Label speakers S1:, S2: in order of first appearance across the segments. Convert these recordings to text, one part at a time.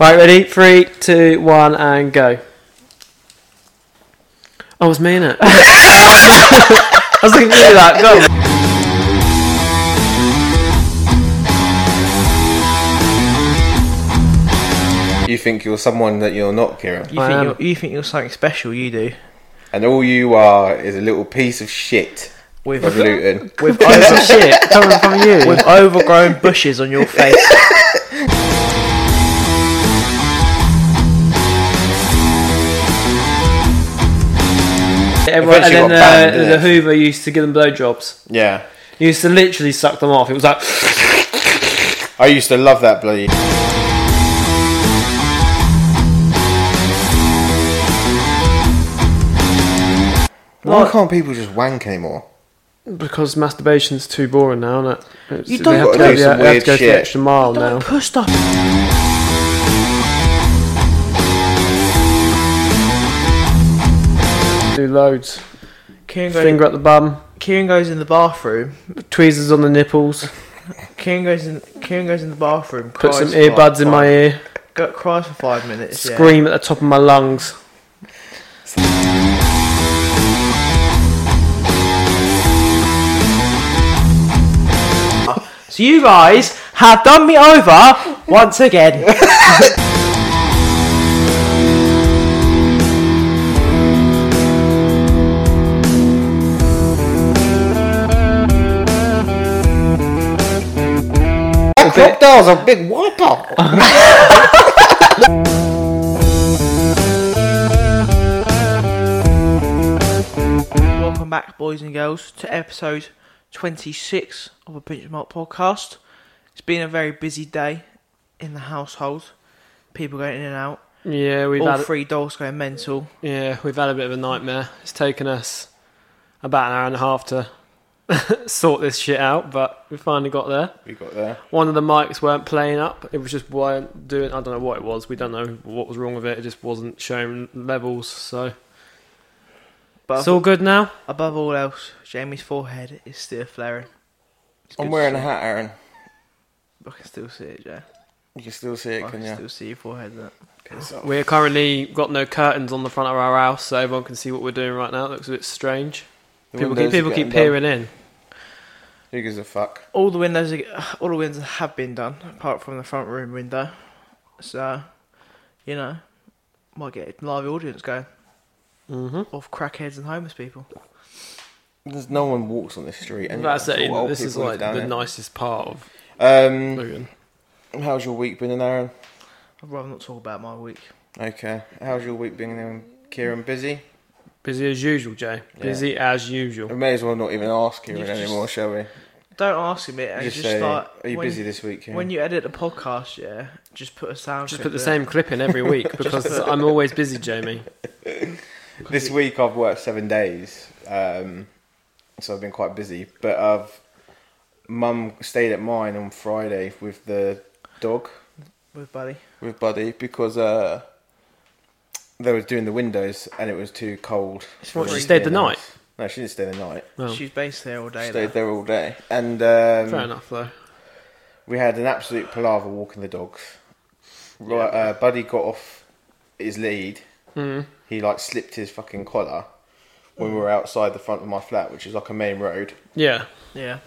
S1: All right, ready? Three, two, one, and go. Oh, it's me in it. I was thinking do that. Go.
S2: You think you're someone that you're not, Kieran.
S3: You
S1: I am.
S3: think, you're, you think you're something special, you do.
S2: And all you are is a little piece of shit
S3: With,
S2: of Luton.
S3: with,
S1: Piece
S3: over,
S1: of shit coming from you.
S3: with overgrown bushes on your face.
S1: Everyone, and then
S2: Eventually got banned,
S1: uh,
S2: didn't
S1: the
S2: it?
S1: Hoover used to give them blowjobs.
S2: Yeah.
S1: He used to literally suck them off. It was like,
S2: I used to love that bloody. Why
S1: What?
S2: can't people just wank anymore?
S1: because masturbation's too boring now, isn't it? It's-
S3: You
S1: they
S3: don't-
S1: have to
S2: Gotta
S1: go, the,
S2: do some
S1: they have
S2: weird
S1: to go the
S2: shit.
S1: extra mile now.
S3: Don't push up.
S1: Do loads.
S3: Kieran goes,
S1: Finger at the bum,
S3: Kieran goes in the bathroom.
S1: tweezers on the nipples,
S3: Kieran goes in. Kieran goes in the bathroom.
S1: put
S3: cries
S1: some
S3: for
S1: earbuds
S3: five-
S1: in my ear,
S3: Go, cries for five minutes. yeah.
S1: scream at the top of my lungs.
S3: So you guys have done me over once again.
S2: That crocodile's a big wiper.
S3: Welcome back, boys and girls, to episode 26 of the Benchmark podcast. It's been a very busy day in the household. People going in and out.
S1: Yeah, we've
S3: All
S1: had
S3: three dogs going mental.
S1: yeah, we've had a bit of a nightmare. It's taken us about an hour and a half to sort this shit out, but we finally got there.
S2: we got there.
S1: One of the mics weren't playing up. It was just weren't doing. I don't know what it was. We don't know what was wrong with it. It just wasn't showing levels. So
S3: But
S1: it's all good now.
S3: above all else, Jamie's forehead is still flaring. It's good
S2: I'm
S3: to
S2: wearing a
S3: see.
S2: hat, Aaron.
S3: I can still see it, Jay.
S2: You can still see it, can
S3: I can
S2: you?
S3: still see your forehead. Look.
S2: Piss off.
S1: We're currently got no curtains on the front of our house, so everyone can see what we're doing right now. It looks a bit strange.
S2: The
S1: people keep
S2: windows are
S1: people keep
S2: getting
S1: peering in.
S2: done. Who gives a fuck?
S3: All the windows, are, all the windows have been done, apart from the front room window. So, you know, might get a live audience going
S1: hmm
S3: of crackheads and homeless people.
S2: There's no one walks on this street. And
S1: That's it.
S2: all old
S1: This is
S2: people
S1: like
S2: live down
S1: the
S2: here.
S1: nicest part of
S2: Um,
S1: Luton.
S2: how's your week been, Aaron?
S3: I'd rather not talk about my week.
S2: Okay. How's your week been,
S3: Um,
S2: Aaron? Kieran? Busy?
S1: Busy as usual, Jay.
S2: Yeah.
S1: Busy as usual.
S2: We may as well not even ask Kieran
S3: You just-
S2: anymore, shall we?
S3: Don't ask him it. And
S2: just,
S3: just,
S2: say,
S3: like,
S2: are you
S3: when,
S2: busy this week? Kieran?
S3: when you edit a podcast, yeah, just put a sound.
S1: Just
S3: clip
S1: put the
S3: in.
S1: same clip in every week because I'm always busy, Jamie.
S2: this week I've worked seven days, um, so I've been quite busy. But I've mum stayed at mine on Friday with the dog
S3: with Buddy.
S2: with Buddy because uh, they were doing the windows and it was too cold.
S3: What,
S2: for
S3: she
S2: us to
S1: stayed
S2: be
S1: the
S2: in
S1: night?
S2: house. No, she didn't stay the night.
S1: Well,
S3: She's based there all day.
S2: She stayed
S3: though.
S2: there all day, and um,
S1: fair enough though.
S2: we had an absolute palaver walking the dogs. Right, uh, Buddy got off his lead.
S1: Mm.
S2: He like slipped his fucking collar when we were outside the front of my flat, which is like a main road.
S1: Yeah.
S3: Yeah.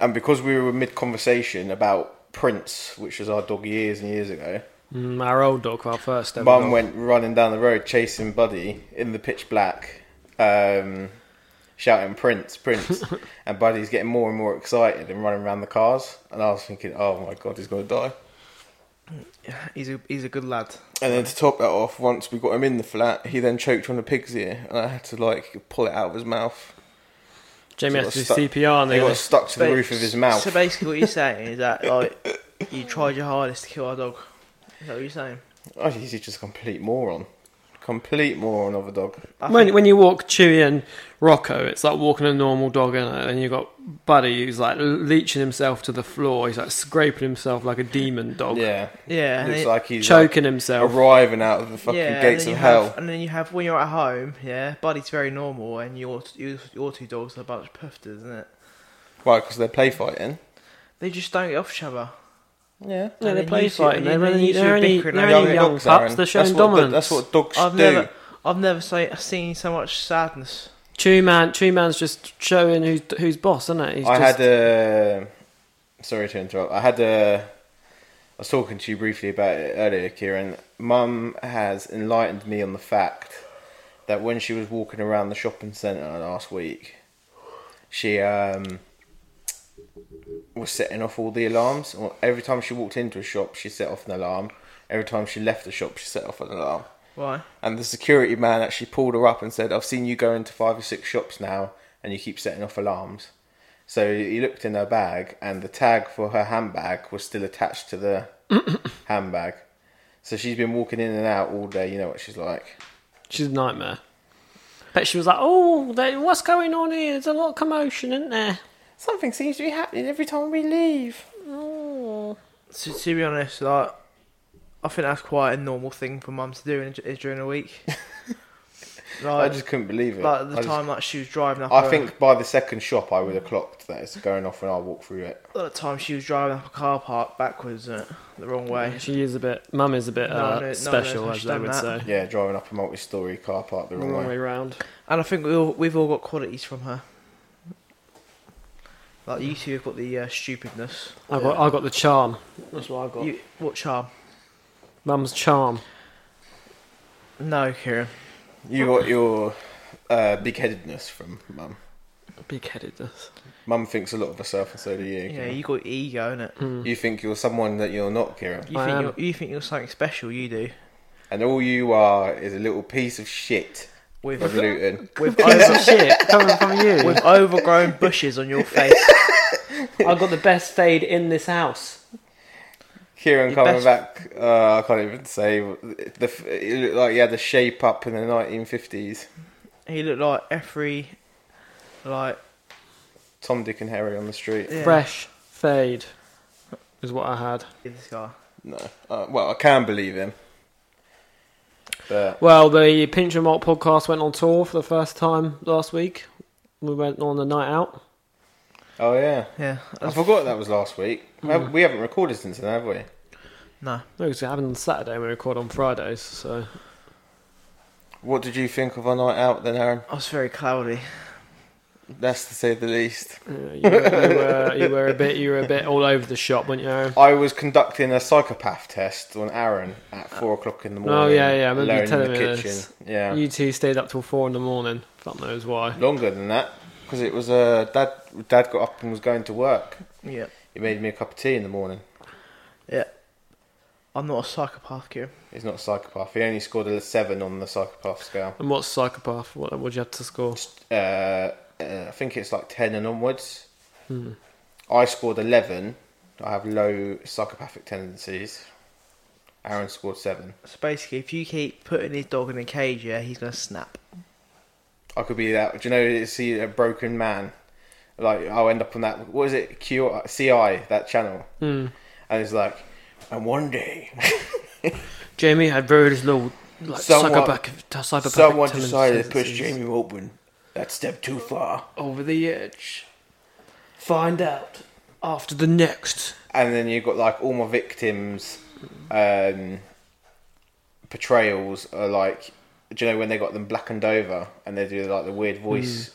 S2: And because we were mid conversation about Prince, which was our dog years and years ago,
S1: Mm, our old dog, our first ever.
S2: Mum
S1: dog.
S2: went running down the road chasing Buddy in the pitch black, um, shouting Prince, Prince, and Buddy's getting more and more excited and running around the cars. And I was thinking, oh my god, he's gonna die.
S3: He's a he's a good lad.
S2: And then to top that off, once we got him in the flat, he then choked on a pig's ear, and I had to like pull it out of his mouth.
S1: Jamie
S2: They
S1: has to do
S2: got stuck-
S1: CPR and
S2: They
S1: they
S2: got
S1: got
S2: stuck to the
S3: Ba-
S2: roof of his mouth.
S3: So basically, what you're saying is that like you tried your hardest to kill our dog. Is that what you're saying?
S2: Oh, he's just a complete moron, complete moron of a dog.
S3: I
S1: when,
S3: think-
S1: when you walk Chewy and Rocco, it's like walking a normal dog, is And you got Buddy who's like leeching himself to the floor. He's like scraping himself like a demon dog,
S2: Yeah,
S3: yeah, and
S2: looks
S3: then-
S2: like he's like,
S1: choking himself.
S2: arriving out of the fucking
S3: yeah, and
S2: gates
S3: then
S2: of
S3: you have-
S2: hell.
S3: and then you have when you're at home, yeah, Buddy's very normal, and your your, your two dogs are a bunch of poofters, isn't it?
S2: Right, because they're play fighting.
S3: They just don't get off each other.
S2: Yeah.
S1: No,
S3: And
S1: they
S3: then
S1: play
S3: you two-
S1: fighting.
S3: and then
S1: They're only
S3: you two
S1: they're only
S3: bickering
S1: they're
S3: over
S1: only
S3: it.
S1: young
S2: Dogs are,
S1: pups.
S2: and
S1: They're showing
S2: that's what,
S1: dominance.
S2: That's what dogs
S3: I've
S2: do.
S3: never, I've never say, seen so much sadness.
S1: Chew man, Chew man's just showing who's who's boss, isn't it? He's
S2: I
S1: just,
S2: had a. Sorry to interrupt. I had a. I was talking to you briefly about it earlier, Kieran. Mum has enlightened me on the fact that when she was walking around the shopping centre last week, she um, was setting off all the alarms. Or Every time she walked into a shop, she set off an alarm. Every time she left the shop, she set off an alarm.
S3: Why?
S2: And the security man actually pulled her up and said, I've seen you go into five or six shops now and you keep setting off alarms. So he looked in her bag and the tag for her handbag was still attached to the handbag. So she's been walking in and out all day. You know what she's like.
S1: she's a nightmare. But she was like, "Oh, they, what's going on here? There's a lot of commotion, isn't there?"
S2: Something seems to be happening every time we leave.
S1: Oh.
S3: To, to be honest, like, I think that's quite a normal thing for mums to do in, a- during the week.
S2: I
S3: like,
S2: just couldn't believe it.
S3: like the
S2: I, just-
S3: time like she was driving up.
S2: I
S3: a-
S2: think by the second shop, I would have clocked that it's going off when I walk through it.
S3: At the time she was driving up a car park backwards, uh, the wrong way.
S1: She is a bit. Mum is a bit
S3: No,
S1: uh,
S3: no, no,
S1: special,
S3: no,
S1: as they
S3: understand
S1: would
S3: that.
S1: say.
S2: Yeah, driving up a multi story car park the
S1: The
S2: wrong
S1: wrong
S2: way.
S1: way round.
S3: And I think we all, we've all got qualities from her. Like you two have got the uh, stupidness.
S1: I got I got the charm. That's what I got.
S3: You, what charm?
S1: Mum's charm.
S3: No, Kieran.
S2: You got your uh, big headedness from mum.
S1: Big headedness.
S2: Mum thinks a lot of herself, and so do you.
S3: Yeah,
S2: Kieran.
S3: you got ego in it.
S2: You think you're someone that you're not, Kieran,
S3: You
S1: Mm, I
S3: think
S1: am.
S3: you're, you think you're something special. You do.
S2: and all you are is a little piece of shit
S3: With
S2: of Luton.
S3: with
S1: Piece of
S3: over,
S1: shit coming from you.
S3: with overgrown bushes on your face.
S1: I got the best fade in this house.
S2: Kieran
S3: Your
S2: coming
S3: best-
S2: back, uh, I can't even say. The, f- it looked like he had a shape up in the 1950s.
S3: He looked like every, like
S2: Tom, Dick, and Harry on the street.
S3: yeah,
S1: Fresh fade is what I had.
S3: This guy.
S2: No, uh, well, I can believe him, but
S1: Well, the Pinch and Malt podcast went on tour for the first time last week. We went on a night out.
S2: oh yeah,
S3: Yeah.
S2: I forgot that was last week. We
S3: Hmm.
S2: haven't- We haven't recorded since then, have we?
S3: No.
S1: No, it's happened on Saturday. and We record on Fridays, so
S2: What did you think of our night out then, Aaron?
S3: I was very cloudy.
S2: That's to say the least.
S1: uh, you, were, you, were, you were a bit you were a bit all over the shop, weren't you? Aaron?
S2: I was conducting a psychopath test on Aaron at four o'clock in the
S1: Oh,
S2: morning.
S1: yeah, yeah, I remember you
S2: alone
S1: telling
S2: in
S1: me
S2: the kitchen.
S1: this.
S2: Yeah,
S1: You two stayed up till four in the morning. Fuck knows why.
S2: longer than that because it was uh, dad. Dad got up and was going to work.
S3: Yeah.
S2: He made me a cup of tea in the morning.
S3: Yeah. I'm not a psychopath, Kieran.
S2: He's not a psychopath. He only scored a seven on the psychopath scale.
S1: And what's psychopath? What would you have to score?
S2: Uh, uh, I think it's like ten and onwards.
S1: Hmm.
S2: I scored eleven. I have low psychopathic tendencies. Aaron scored seven.
S3: So basically, if you keep putting his dog in a cage, yeah, he's gonna snap.
S2: I could be that. Do you know? It's see a broken man. Like I'll end up on that. What is it? Q CI that channel. Mm. And it's like, and one day
S1: Jamie had very little like
S2: Someone-
S1: psychopathic, psychopathic
S2: someone decided to push
S1: tendencies.
S2: Jamie Wilburn that step too far,
S1: over the edge. Find out after the next.
S2: and then you got like all my victims' um, portrayals are like, do you know when they got them blackened over and they do like the weird voice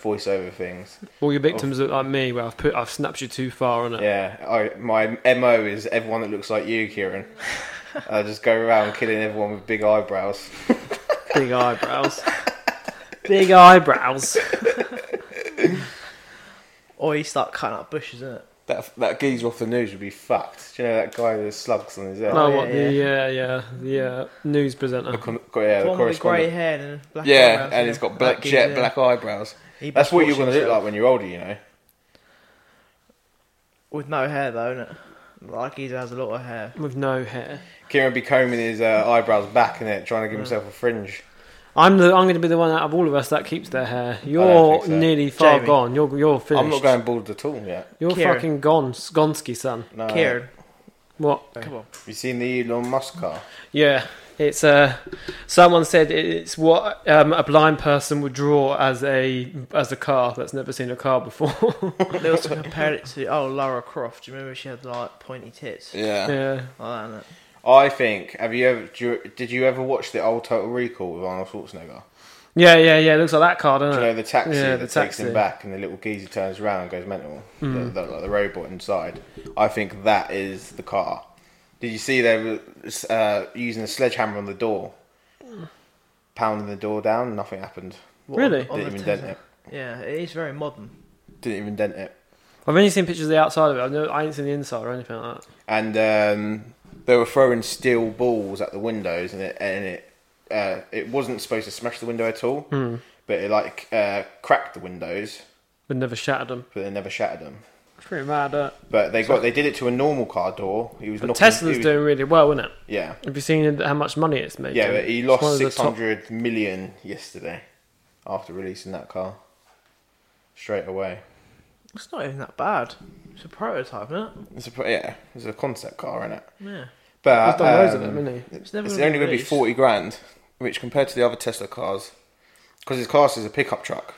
S2: voiceover things?
S1: All your victims look like me, where I've put I've snapped you too far on it.
S2: Oh. Yeah, I, my MO is everyone that looks like you, Kieran. I just go around killing everyone with big eyebrows.
S1: Big eyebrows. Big eyebrows.
S3: Or you start cutting up bushes, isn't it?
S2: That that geezer off the news would be fucked. Do you know that guy with the slugs on his head?
S1: no,
S3: yeah,
S1: Oh, what the yeah, yeah, the uh, news presenter.
S2: Oh, The con- co- yeah, the
S3: One with the grey
S2: correspondent.
S3: hair and black
S2: Yeah,
S3: eyebrows,
S2: and
S3: yeah.
S2: he's got
S3: That
S2: black
S3: geezer,
S2: jet
S3: yeah.
S2: black eyebrows.
S3: uh, He
S2: That's what you're
S3: distorts
S2: going to look
S3: himself.
S2: like when you're older, you know.
S3: With no hair though, isn't it? Like he has a lot of hair.
S1: with no hair.
S2: Kieran be combing his uh, eyebrows back and it, trying to give himself a fringe.
S1: I'm the I'm going to be the one out of all of us that keeps their hair.
S2: don't
S1: You're
S2: think so.
S1: nearly far
S3: Jamie.
S1: gone. You're you're finished.
S2: I'm not going bald at all yet.
S1: You're
S3: Kieran.
S1: fucking gone, Gonski son.
S2: No.
S3: Kieran,
S1: What?
S3: come on.
S2: You seen the Elon Musk car?
S1: Yeah, It's uh, someone said it's what um, a blind person would draw as a as a car that's never seen a car before.
S3: They also compared it to oh Lara Croft. Do you remember she had like pointy tits?
S2: Yeah.
S1: yeah.
S3: Like that, innit?
S2: I think. Have you ever? Do you, did you ever watch the old Total Recall with Arnold Schwarzenegger?
S1: Yeah, yeah, yeah. It looks like that car,
S2: Do
S1: doesn't
S2: you know
S1: it?
S2: the taxi
S1: Yeah,
S2: that
S1: the
S2: takes
S1: taxi.
S2: him
S1: Hmm.
S2: back, and the little geezer turns around and goes mental. The, the, like the robot inside. I think that is the car. Did you see they were uh, using a sledgehammer on the door, pounding the door down? Nothing happened.
S3: What,
S1: Really?
S3: on- on
S2: Didn't
S3: the
S2: even
S3: tits?
S2: dent it.
S3: Yeah, it is very modern.
S2: Didn't even dent it.
S1: I've only seen pictures of the outside of it. I've no, I ain't seen the inside or anything like that.
S2: and um, they were throwing steel balls at the windows, and it and it uh, it wasn't supposed to smash the window at all,
S1: Hmm.
S2: but it like uh, cracked the windows,
S1: But never shattered them.
S2: but it never shattered them.
S1: It's pretty mad. Uh,
S2: But they got they did it to a normal car door. He was
S1: but
S2: knocking,
S1: Tesla's
S2: he was-
S1: doing really well, isn't it?
S2: yeah.
S1: Have you seen how much money it's making?
S2: Yeah, but he
S1: It's one
S2: lost
S1: of the
S2: six
S1: top-
S2: hundred million yesterday after releasing that car. Straight away,
S3: It's not even that bad. It's a prototype, isn't it?
S2: it's a pro- yeah, it's a concept car, is it?
S3: Yeah.
S2: But
S1: He's done loads of
S2: um,
S1: them, isn't he?
S3: It's never
S2: It's
S3: gonna
S2: only going to be
S3: released.
S2: forty grand, which compared to the other Tesla cars, because his class is a pickup truck.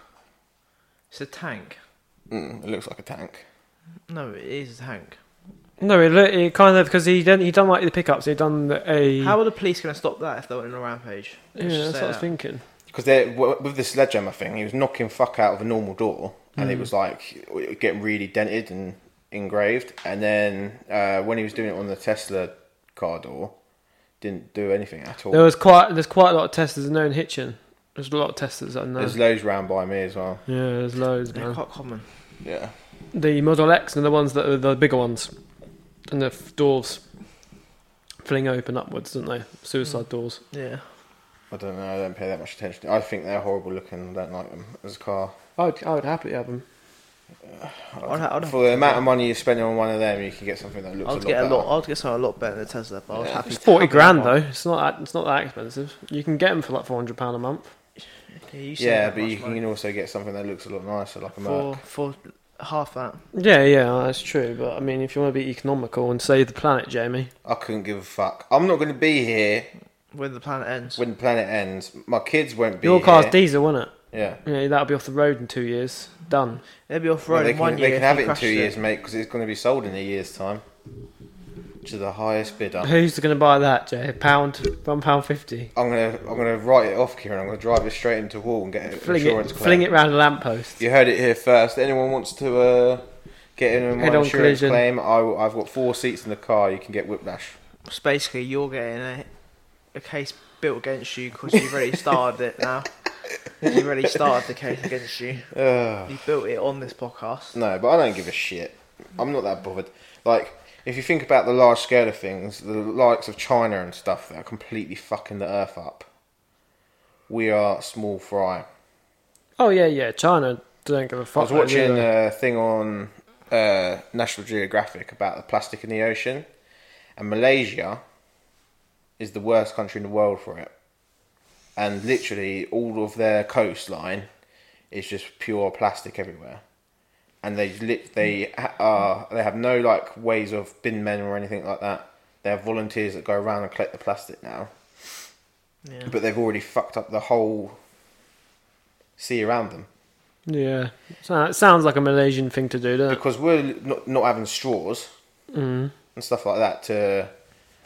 S3: It's a tank.
S2: Mm, it looks like a tank.
S3: No, it is a tank.
S1: No, it, look- it kind of because he done he done like the pickups. He done the, a.
S3: How are the police going to stop that if they went on a rampage?
S1: yeah,
S3: Let's
S1: that's
S3: just uh,
S1: what
S3: say
S1: I was
S3: that.
S1: thinking.
S2: Because with the sledgehammer thing, he was knocking fuck out of a normal door, and
S3: Mm.
S2: it was like getting really dented and engraved. And then uh, when he was doing it on the Tesla car door, didn't do anything at all.
S3: Oh,
S1: There was quite there's quite a lot of testers known hitching. There's a lot of testers I know.
S2: There's loads round by me as well.
S1: yeah, there's loads.
S3: They're
S1: man.
S3: quite common.
S2: Yeah,
S1: The Model X and the ones that are the bigger ones, and the f- doors fling open upwards, don't they? Suicide
S3: Hmm.
S1: doors.
S3: Yeah.
S2: I don't know. I don't pay that much attention. I think they're horrible looking. I don't like them as a car.
S1: I would, I would happily have them.
S3: I'd, ha- I'd,
S2: For the amount of money you spend on one of them, you can get something that looks a
S3: I'd
S2: lot
S3: get a
S2: better.
S3: lot. I'd get something a lot better than a Tesla, but I was
S2: Yeah.
S3: happy.
S1: It's forty
S3: to have
S1: grand
S3: one.
S1: though. It's not that, it's not that expensive. You can get them for like four hundred pound a month.
S3: Yeah, you
S2: Yeah,
S3: yeah
S2: but you can also get uh, something that looks a lot nicer, like a
S3: for
S2: Merc.
S3: for half that.
S1: Yeah, yeah, that's true. But I mean, if you want to be economical and save the planet, Jamie,
S2: I couldn't give a fuck. I'm not going to be here
S3: When the planet ends,
S2: when the planet ends. My kids won't be
S1: your
S2: here.
S1: car's diesel, wasn't it?
S2: Yeah.
S1: Yeah, that'll be off the road in two years. Done.
S3: they'll be off
S2: Well,
S3: road
S2: they
S3: in
S2: can,
S3: one
S2: they
S3: year.
S2: can
S3: if
S2: have
S3: you
S2: it in
S3: crashed
S2: two years, mate, because it's going to be sold in a year's time to the highest bidder.
S1: Who's going to buy that, Jay? Pound, one pound fifty.
S2: I'm going to I'm gonna write it off, Kieran. I'm going to drive it straight into a wall and get it
S1: Fling
S2: insurance
S1: it,
S2: claim.
S1: fling it round a lamppost.
S2: You heard it here first. Anyone wants to uh, get in on my
S1: Head-on
S2: insurance
S1: collision.
S2: claim? I, I've got four seats in the car. You can get whiplash.
S3: It's basically you're getting a, a case built against you because you've already started it now. You've already started the case against you.
S2: Ugh.
S3: You built it on this podcast.
S2: No, but I don't give a shit. I'm not that bothered. Like, if you think about the large scale of things, the likes of China and stuff that are completely fucking the earth up. We are small fry.
S1: Oh yeah, yeah. China don't give a
S2: I
S1: fuck.
S2: was watching a thing on uh, National Geographic about the plastic in the ocean, and Malaysia is the worst country in the world for it. And literally, all of their coastline is just pure plastic everywhere. And they lit, they ha- are they have no like ways of bin men or anything like that. They have volunteers that go around and collect the plastic now,
S3: Yeah.
S2: but they've already fucked up the whole sea around them.
S1: Yeah, so it sounds like a Malaysian thing to do, doesn't it? Mm.
S2: because we're not, not having straws and stuff like that to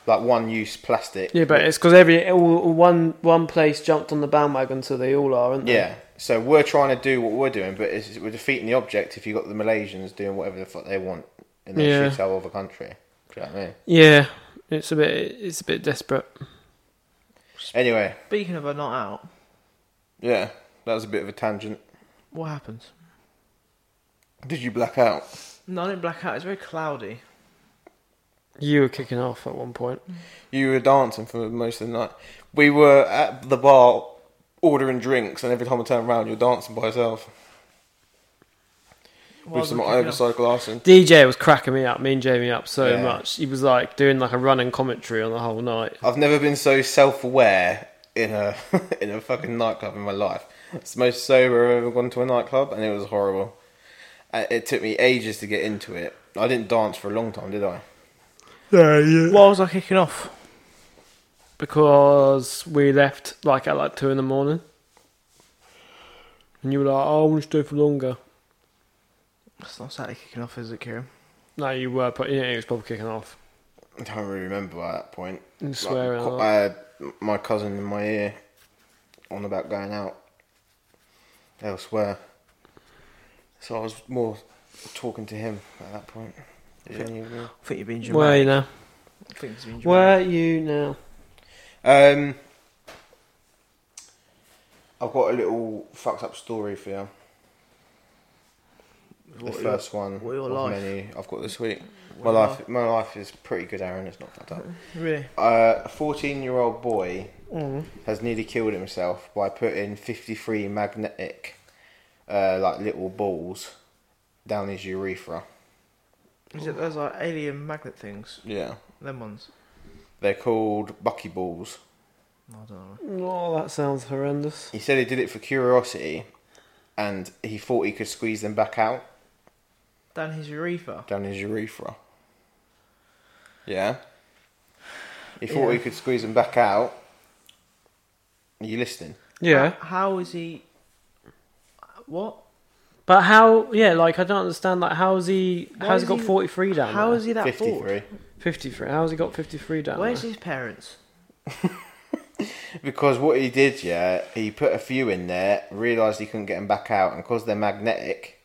S2: like one use plastic.
S1: Yeah, but it's because every all, one one place jumped on the bandwagon, so they all are, aren't they?
S2: yeah. So we're trying to do what we're doing, but it's, we're defeating the object if you got the Malaysians doing whatever the fuck they want in their
S1: Yeah.
S2: shit shithole of a country. Do you know what I mean?
S1: yeah. It's a bit it's a bit desperate.
S2: Anyway,
S3: Speaking of a not out,
S2: yeah, that was a bit of a tangent.
S3: what happens?
S2: Did you black out?
S3: No, I didn't black out. It's very cloudy.
S1: You were kicking off at one point.
S2: You were dancing for most of the night. We were at the bar ordering drinks, and every time I turned around, you're dancing by yourself
S3: Why
S2: with
S3: was
S2: some
S3: I kicking
S2: oversized glassing.
S1: DJ was cracking me up, me and Jamie up so
S2: Yeah.
S1: much. He was like doing like a running commentary on the whole night.
S2: I've never been so self-aware in a in a fucking nightclub in my life. It's the most sober I've ever gone to a nightclub, and it was horrible. Uh, It took me ages to get into it. I didn't dance for a long time, did I?
S1: Yeah, yeah.
S3: off? Why was I kicking off?
S1: because we left like at like two in the morning, and you were like, "Oh, I want to stay for longer."
S3: It's not Saturday kicking off, is it, Kieran?
S1: No, you were, but yeah, it was probably kicking off
S2: I don't really remember by that point.
S1: and swearing.
S2: Like,
S1: a
S2: co-
S1: lot.
S2: I had my cousin in my ear on about going out elsewhere. So I was more talking to him at that point. Genuinely.
S3: I think you've been dramatic.
S1: Where you now?
S3: I think it's been dramatic.
S1: Where you now?
S2: Um, I've got a little fucked up story for you. The
S3: What are your-
S2: first one
S3: what are your
S2: of
S3: life?
S2: many I've got this week.
S3: what
S2: My
S3: are your
S2: life, my life is pretty good, Aaron. It's not fucked up.
S3: Really?
S2: Uh, a 14 year old boy
S3: Mm.
S2: has nearly killed himself by putting 53 magnetic, uh, like little balls down his urethra.
S3: Is it those like alien magnet things?
S2: Yeah.
S3: Them ones?
S2: They're called buckyballs.
S3: No, I don't know.
S1: Oh, that sounds horrendous.
S2: He said he did it for curiosity and he thought he could squeeze them back out
S3: Down his urethra.
S2: down his urethra. Yeah. He thought he
S3: Yeah.
S2: could squeeze them back out. Are you listening?
S1: Yeah,
S3: How is he? What?
S1: but how? Yeah, like I don't understand. Like, how's he?
S3: Why
S1: how's he
S3: is
S1: got
S3: he-
S1: forty three down?
S3: How
S1: there?
S3: is he that
S2: 53.
S3: bored?
S1: fifty three? How's he got fifty three down?
S3: Where's
S1: there?
S3: his parents?
S2: Because what he did, yeah, he put a few in there, realised he couldn't get them back out, and because they're magnetic,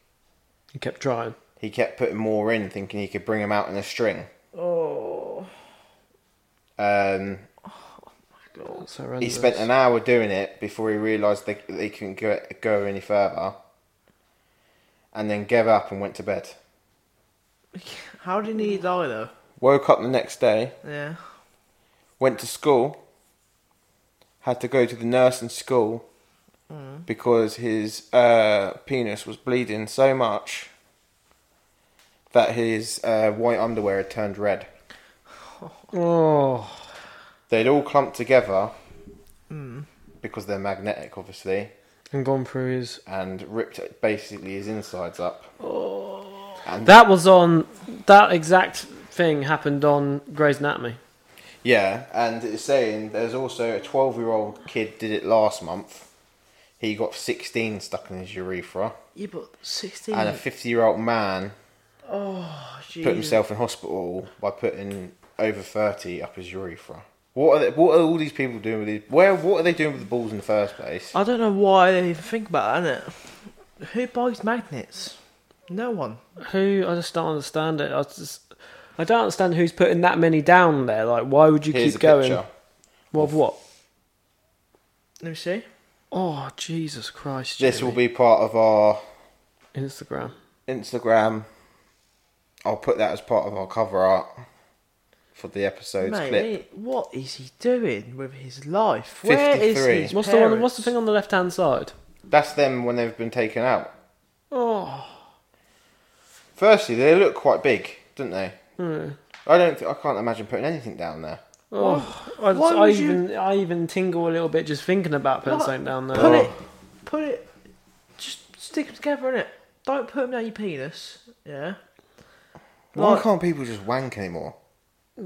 S1: He kept trying.
S2: he kept putting more in, thinking he could bring them out in a string.
S3: Oh
S2: Um,
S3: my god.
S1: That's horrendous.
S2: he spent an hour doing it before he realised they, they couldn't go, go any further, and then gave up and went to bed.
S3: How did he die though?
S2: Woke up the next day,
S3: Yeah.
S2: went to school, had to go to the nurse in school because his uh, penis was bleeding so much that his uh, white underwear had turned red.
S1: Oh,
S2: They'd all clumped together because they're magnetic, obviously,
S1: and gone through his.
S2: and ripped basically his insides up. And
S1: That was on. That exact thing happened on Grey's Anatomy.
S2: Yeah, and it's saying there's also a 12 year old kid did it last month. He got 16 stuck in his urethra,
S3: Yeah, but sixteen.
S2: and a 50 year old man
S3: oh Jesus.
S2: put himself in hospital by putting over 30 up his urethra. What are, they, what are all these people doing with these? Where what are they doing with the balls in the first place?
S3: I don't know why they even think about that. Innit? Who buys magnets? No one.
S1: Who? I just don't understand it. I just. I don't understand who's putting that many down there. Like, why would you
S2: Here's a
S1: keep going?
S2: picture.
S1: What of what?
S3: Let me see.
S1: Oh, Jesus Christ!
S2: This will
S1: Jimmy.
S2: be part of our
S1: Instagram.
S2: Instagram. I'll put that as part of our cover art for the episode's
S3: Mate,
S2: clip.
S3: he- what is he doing with his life? Where is
S2: 53.
S3: his
S1: What's the one?
S3: parents?
S1: What's the thing on the left hand side?
S2: That's them when they've been taken out.
S1: Oh,
S2: Firstly, they look quite big, don't they?
S1: hmm.
S2: I don't. Th- I can't imagine putting anything down there.
S1: oh. I,
S3: why
S1: I
S3: would you-
S1: even I even tingle a little bit just thinking about putting
S3: What?
S1: something down
S2: Oh.
S1: there.
S3: Put it, put it, just stick them together in it. Don't put them down your penis. Yeah.
S2: Why
S3: Like-
S2: can't people just wank anymore?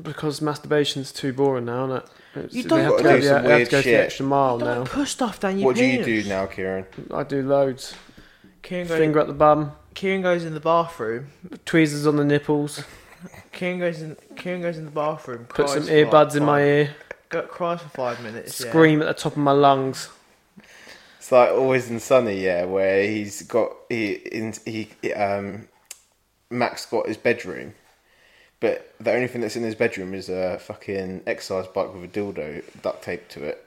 S1: Because masturbation's too boring now, isn't it? It's-
S3: You
S1: they
S3: don't-
S1: have to
S2: Gotta
S1: go,
S2: do
S1: the,
S2: some
S1: they have
S2: weird
S1: to go the
S2: shit.
S1: extra mile
S3: Don't
S1: now.
S3: put stuff down
S2: Oh,
S3: your
S2: what do
S3: penis.
S2: you do now, Kieran?
S1: I do loads.
S3: Kieran goes,
S1: Finger at the bum,
S3: Kieran goes in the bathroom.
S1: tweezers on the nipples,
S3: Kieran goes in. Kieran goes in the bathroom.
S1: put
S3: cries
S1: some
S3: for
S1: earbuds
S3: like
S1: in my
S3: five-
S1: ear,
S3: Go, cries for five minutes. yeah.
S1: scream at the top of my lungs.
S2: It's like always in Sunny, yeah, where he's got he in he um Max got his bedroom, but the only thing that's in his bedroom is a fucking exercise bike with a dildo duct taped to it,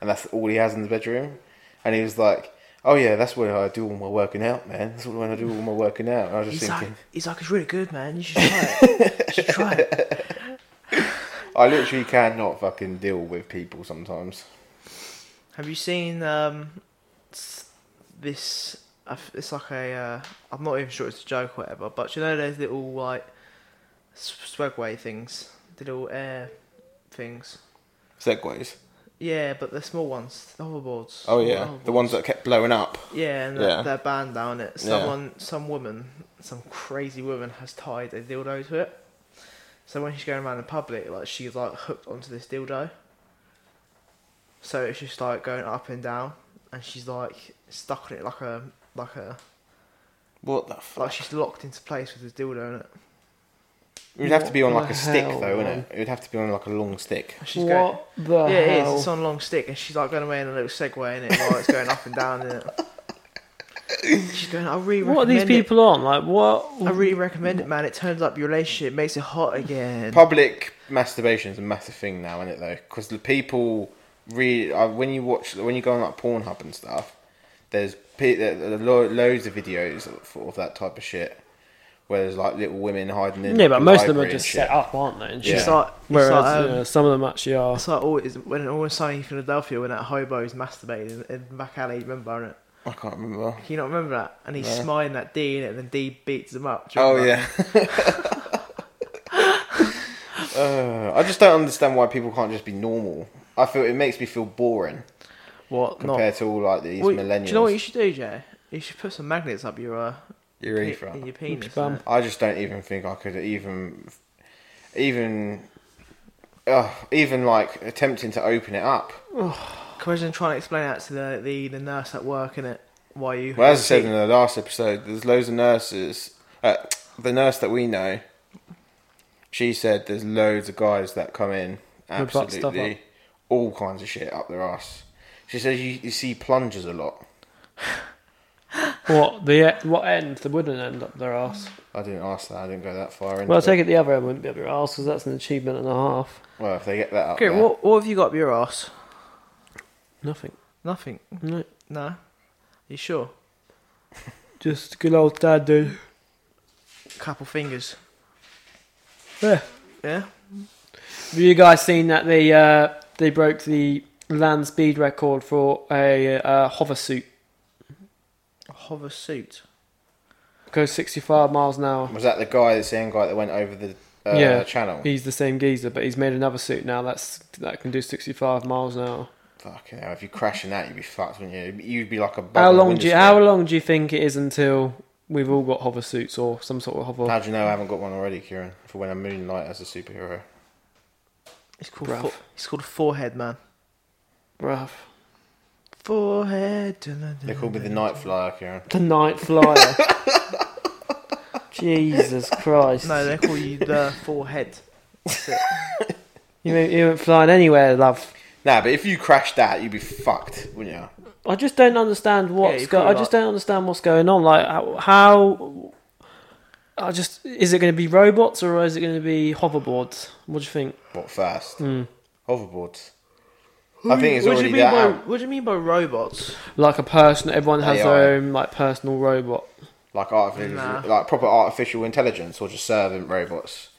S2: and that's all he has in the bedroom. And he was like, "Oh yeah, that's where I do all my working out, man. That's when I do all my working out." And I was just
S3: He's like,
S2: thinking,
S3: he's like, it's really good, man. You should try it. you should try it.
S2: I literally cannot fucking deal with people sometimes.
S3: Have you seen um, s- this? I f- It's like a. Uh, I'm not even sure it's a joke or whatever, but you know those little like s- swagway things, the little air things.
S2: Segways.
S3: Yeah, but the small ones, the hoverboards.
S2: Oh yeah, the
S3: Hoverboards.
S2: ones that kept blowing up.
S3: Yeah, and
S2: Yeah.
S3: they're, they're banned down it.
S2: Yeah.
S3: Someone, some woman, some crazy woman has tied a dildo to it. So when she's going around in public, like she's like hooked onto this dildo. So it's just like going up and down, and she's like stuck on it like a like a
S2: What the fuck?
S3: like she's locked into place with a dildo in it.
S2: It would have to be on
S1: What
S2: like
S1: the
S2: a stick
S1: hell,
S2: though,
S1: man?
S2: wouldn't it? It would have to be on like a long stick.
S3: And she's going.
S1: what the
S3: Yeah, it
S1: hell?
S3: is. It's on a long stick, and she's like going away in a little Segway in it while it's going up and down in it. She's going. I really
S1: what are these
S3: recommend it.
S1: people on? Like, what?
S3: I really recommend it, man. It turns up your relationship, makes it hot again.
S2: Public masturbation is a massive thing now, isn't it though? Because the people really uh, when you watch when you go on like Pornhub and stuff, there's pe- there- there are lo- loads of videos of that type of shit where there's like little women hiding in.
S1: yeah, but
S2: the
S1: most of them are
S2: library and
S1: just
S2: shit.
S1: set up, aren't they? And
S2: Yeah.
S1: shit.
S3: It's like, it's
S1: Whereas
S3: like, um,
S1: yeah, some of them actually are.
S3: It's like always when always sunny in Philadelphia when that hobo's masturbating in, in the back alley. Remember on it?
S2: I can't remember.
S3: Can you not remember that? And he's
S2: No.
S3: smiling at D in it, and then D beats him up. Do you
S2: Oh
S3: remember that?
S2: yeah. uh, I just don't understand why people can't just be normal. I feel it makes me feel boring
S3: What? Not.
S2: compared to all like these
S3: Well,
S2: millennials.
S3: Do you know what you should do, Jay? You should put some magnets up your uh,
S2: Your
S3: pe-
S2: urethra.
S3: in your penis.
S1: bum.
S3: innit?
S2: I just don't even think I could even, even, uh, even like attempting to open it up.
S3: Can Imagine trying to explain that to the, the, the nurse at work in it. Why you?
S2: Well, as I said in the last episode, there's loads of nurses. Uh, the nurse that we know, she said there's loads of guys that come in
S1: With butt stuff up.
S2: absolutely all kinds of shit up their ass. She says you, you see plungers a lot.
S1: What the e, what end? The wooden end up their ass.
S2: I didn't ask that. I didn't go that far. Into
S1: Well, I
S2: it.
S1: take it the other end wouldn't be up your ass because that's an achievement and a half.
S2: well, if they get that up,
S3: Okay,
S2: there-
S3: what what have you got up your ass?
S1: Nothing.
S3: Nothing.
S1: No,
S3: No. You sure?
S1: just good old dad, dude.
S3: Couple fingers.
S1: Yeah.
S3: Yeah.
S1: Have you guys seen that they uh, they broke the land speed record for a uh, hover suit?
S3: Hover suit.
S1: Goes 65 miles an hour.
S2: was that? The guy, the same guy that went over the uh,
S1: Yeah.
S2: channel.
S1: He's the same geezer, but he's made another suit now that's that can do 65 miles an hour.
S2: Fucking hell! If you crash in that, you'd be fucked, wouldn't you? You'd be like a bug
S1: how
S2: on a
S1: long do you,
S2: windscreen.
S1: how long do you think it is until we've all got hover suits or some sort of hover?
S2: How do you know I haven't got one already, Kieran? For when I moonlight as a superhero.
S3: It's called.
S1: Bruv.
S3: Fo- it's called forehead, man.
S1: Bruv.
S3: Forehead. dun, dun, dun,
S2: They call me
S3: dun.
S2: the night flyer, Kieran.
S1: The night flyer. Jesus Christ.
S3: No, they call you the forehead. That's it.
S1: You, ain't- you ain't flying anywhere, love.
S2: Nah, but if you crashed that, you'd be fucked, wouldn't you?
S1: I just don't understand what's
S3: you
S1: go-
S3: feel
S1: I just
S3: like-
S1: don't understand what's going on. Like how, how I just is it going to be robots or is it going to be hoverboards? What do you think?
S2: What first?
S1: Hmm.
S2: Hoverboards. I think it's
S3: what do you
S2: already
S3: mean
S2: that.
S3: by
S2: out.
S3: what do you mean by robots?
S1: Like a person, everyone has
S2: AI.
S1: their own like personal robot.
S2: Like artificial,
S3: Nah.
S2: like proper artificial intelligence or just servant robots.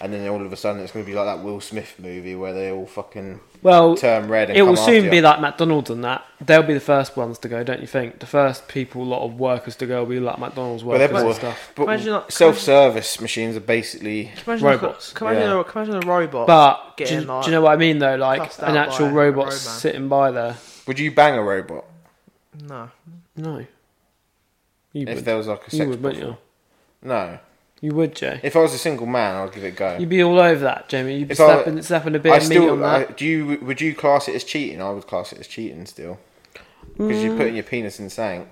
S2: And then all of a sudden, it's going to be like that Will Smith movie where they all fucking
S1: Well,
S2: turn red. And
S1: it
S2: come
S1: will soon
S2: after
S1: be
S2: you.
S1: like McDonald's and that. They'll be the first ones to go, don't you think? The first people, a lot of workers to go will be like McDonald's
S2: But
S1: workers
S2: they're
S1: and
S2: both-
S1: stuff.
S2: but
S3: Imagine like-
S2: self-service machines are basically
S3: Can you imagine like a-
S1: Robots.
S3: can you imagine,
S2: Yeah.
S3: a, can you imagine a robot.
S1: But do,
S3: Getting,
S1: you-
S3: like,
S1: do you know what I mean though? Like
S3: cussed
S1: an
S3: out
S1: actual
S3: by a
S1: robot
S3: roadman.
S1: sitting by there.
S2: Would you bang a robot
S3: no,
S1: No, you
S2: if
S1: would.
S2: there was like a sex?
S1: You would, wouldn't
S2: brothel?
S1: you?
S2: No.
S1: You would, Jay.
S2: If I was a single man, I'd give it a go.
S1: You'd be all over that, Jamie. You'd be
S2: If I-
S1: slapping, slapping a bit
S2: I
S1: of meat
S2: still
S1: on that.
S2: I- do. You would you class it as cheating? I would class it as cheating still, because you're putting
S1: Mm.
S2: your penis in sank.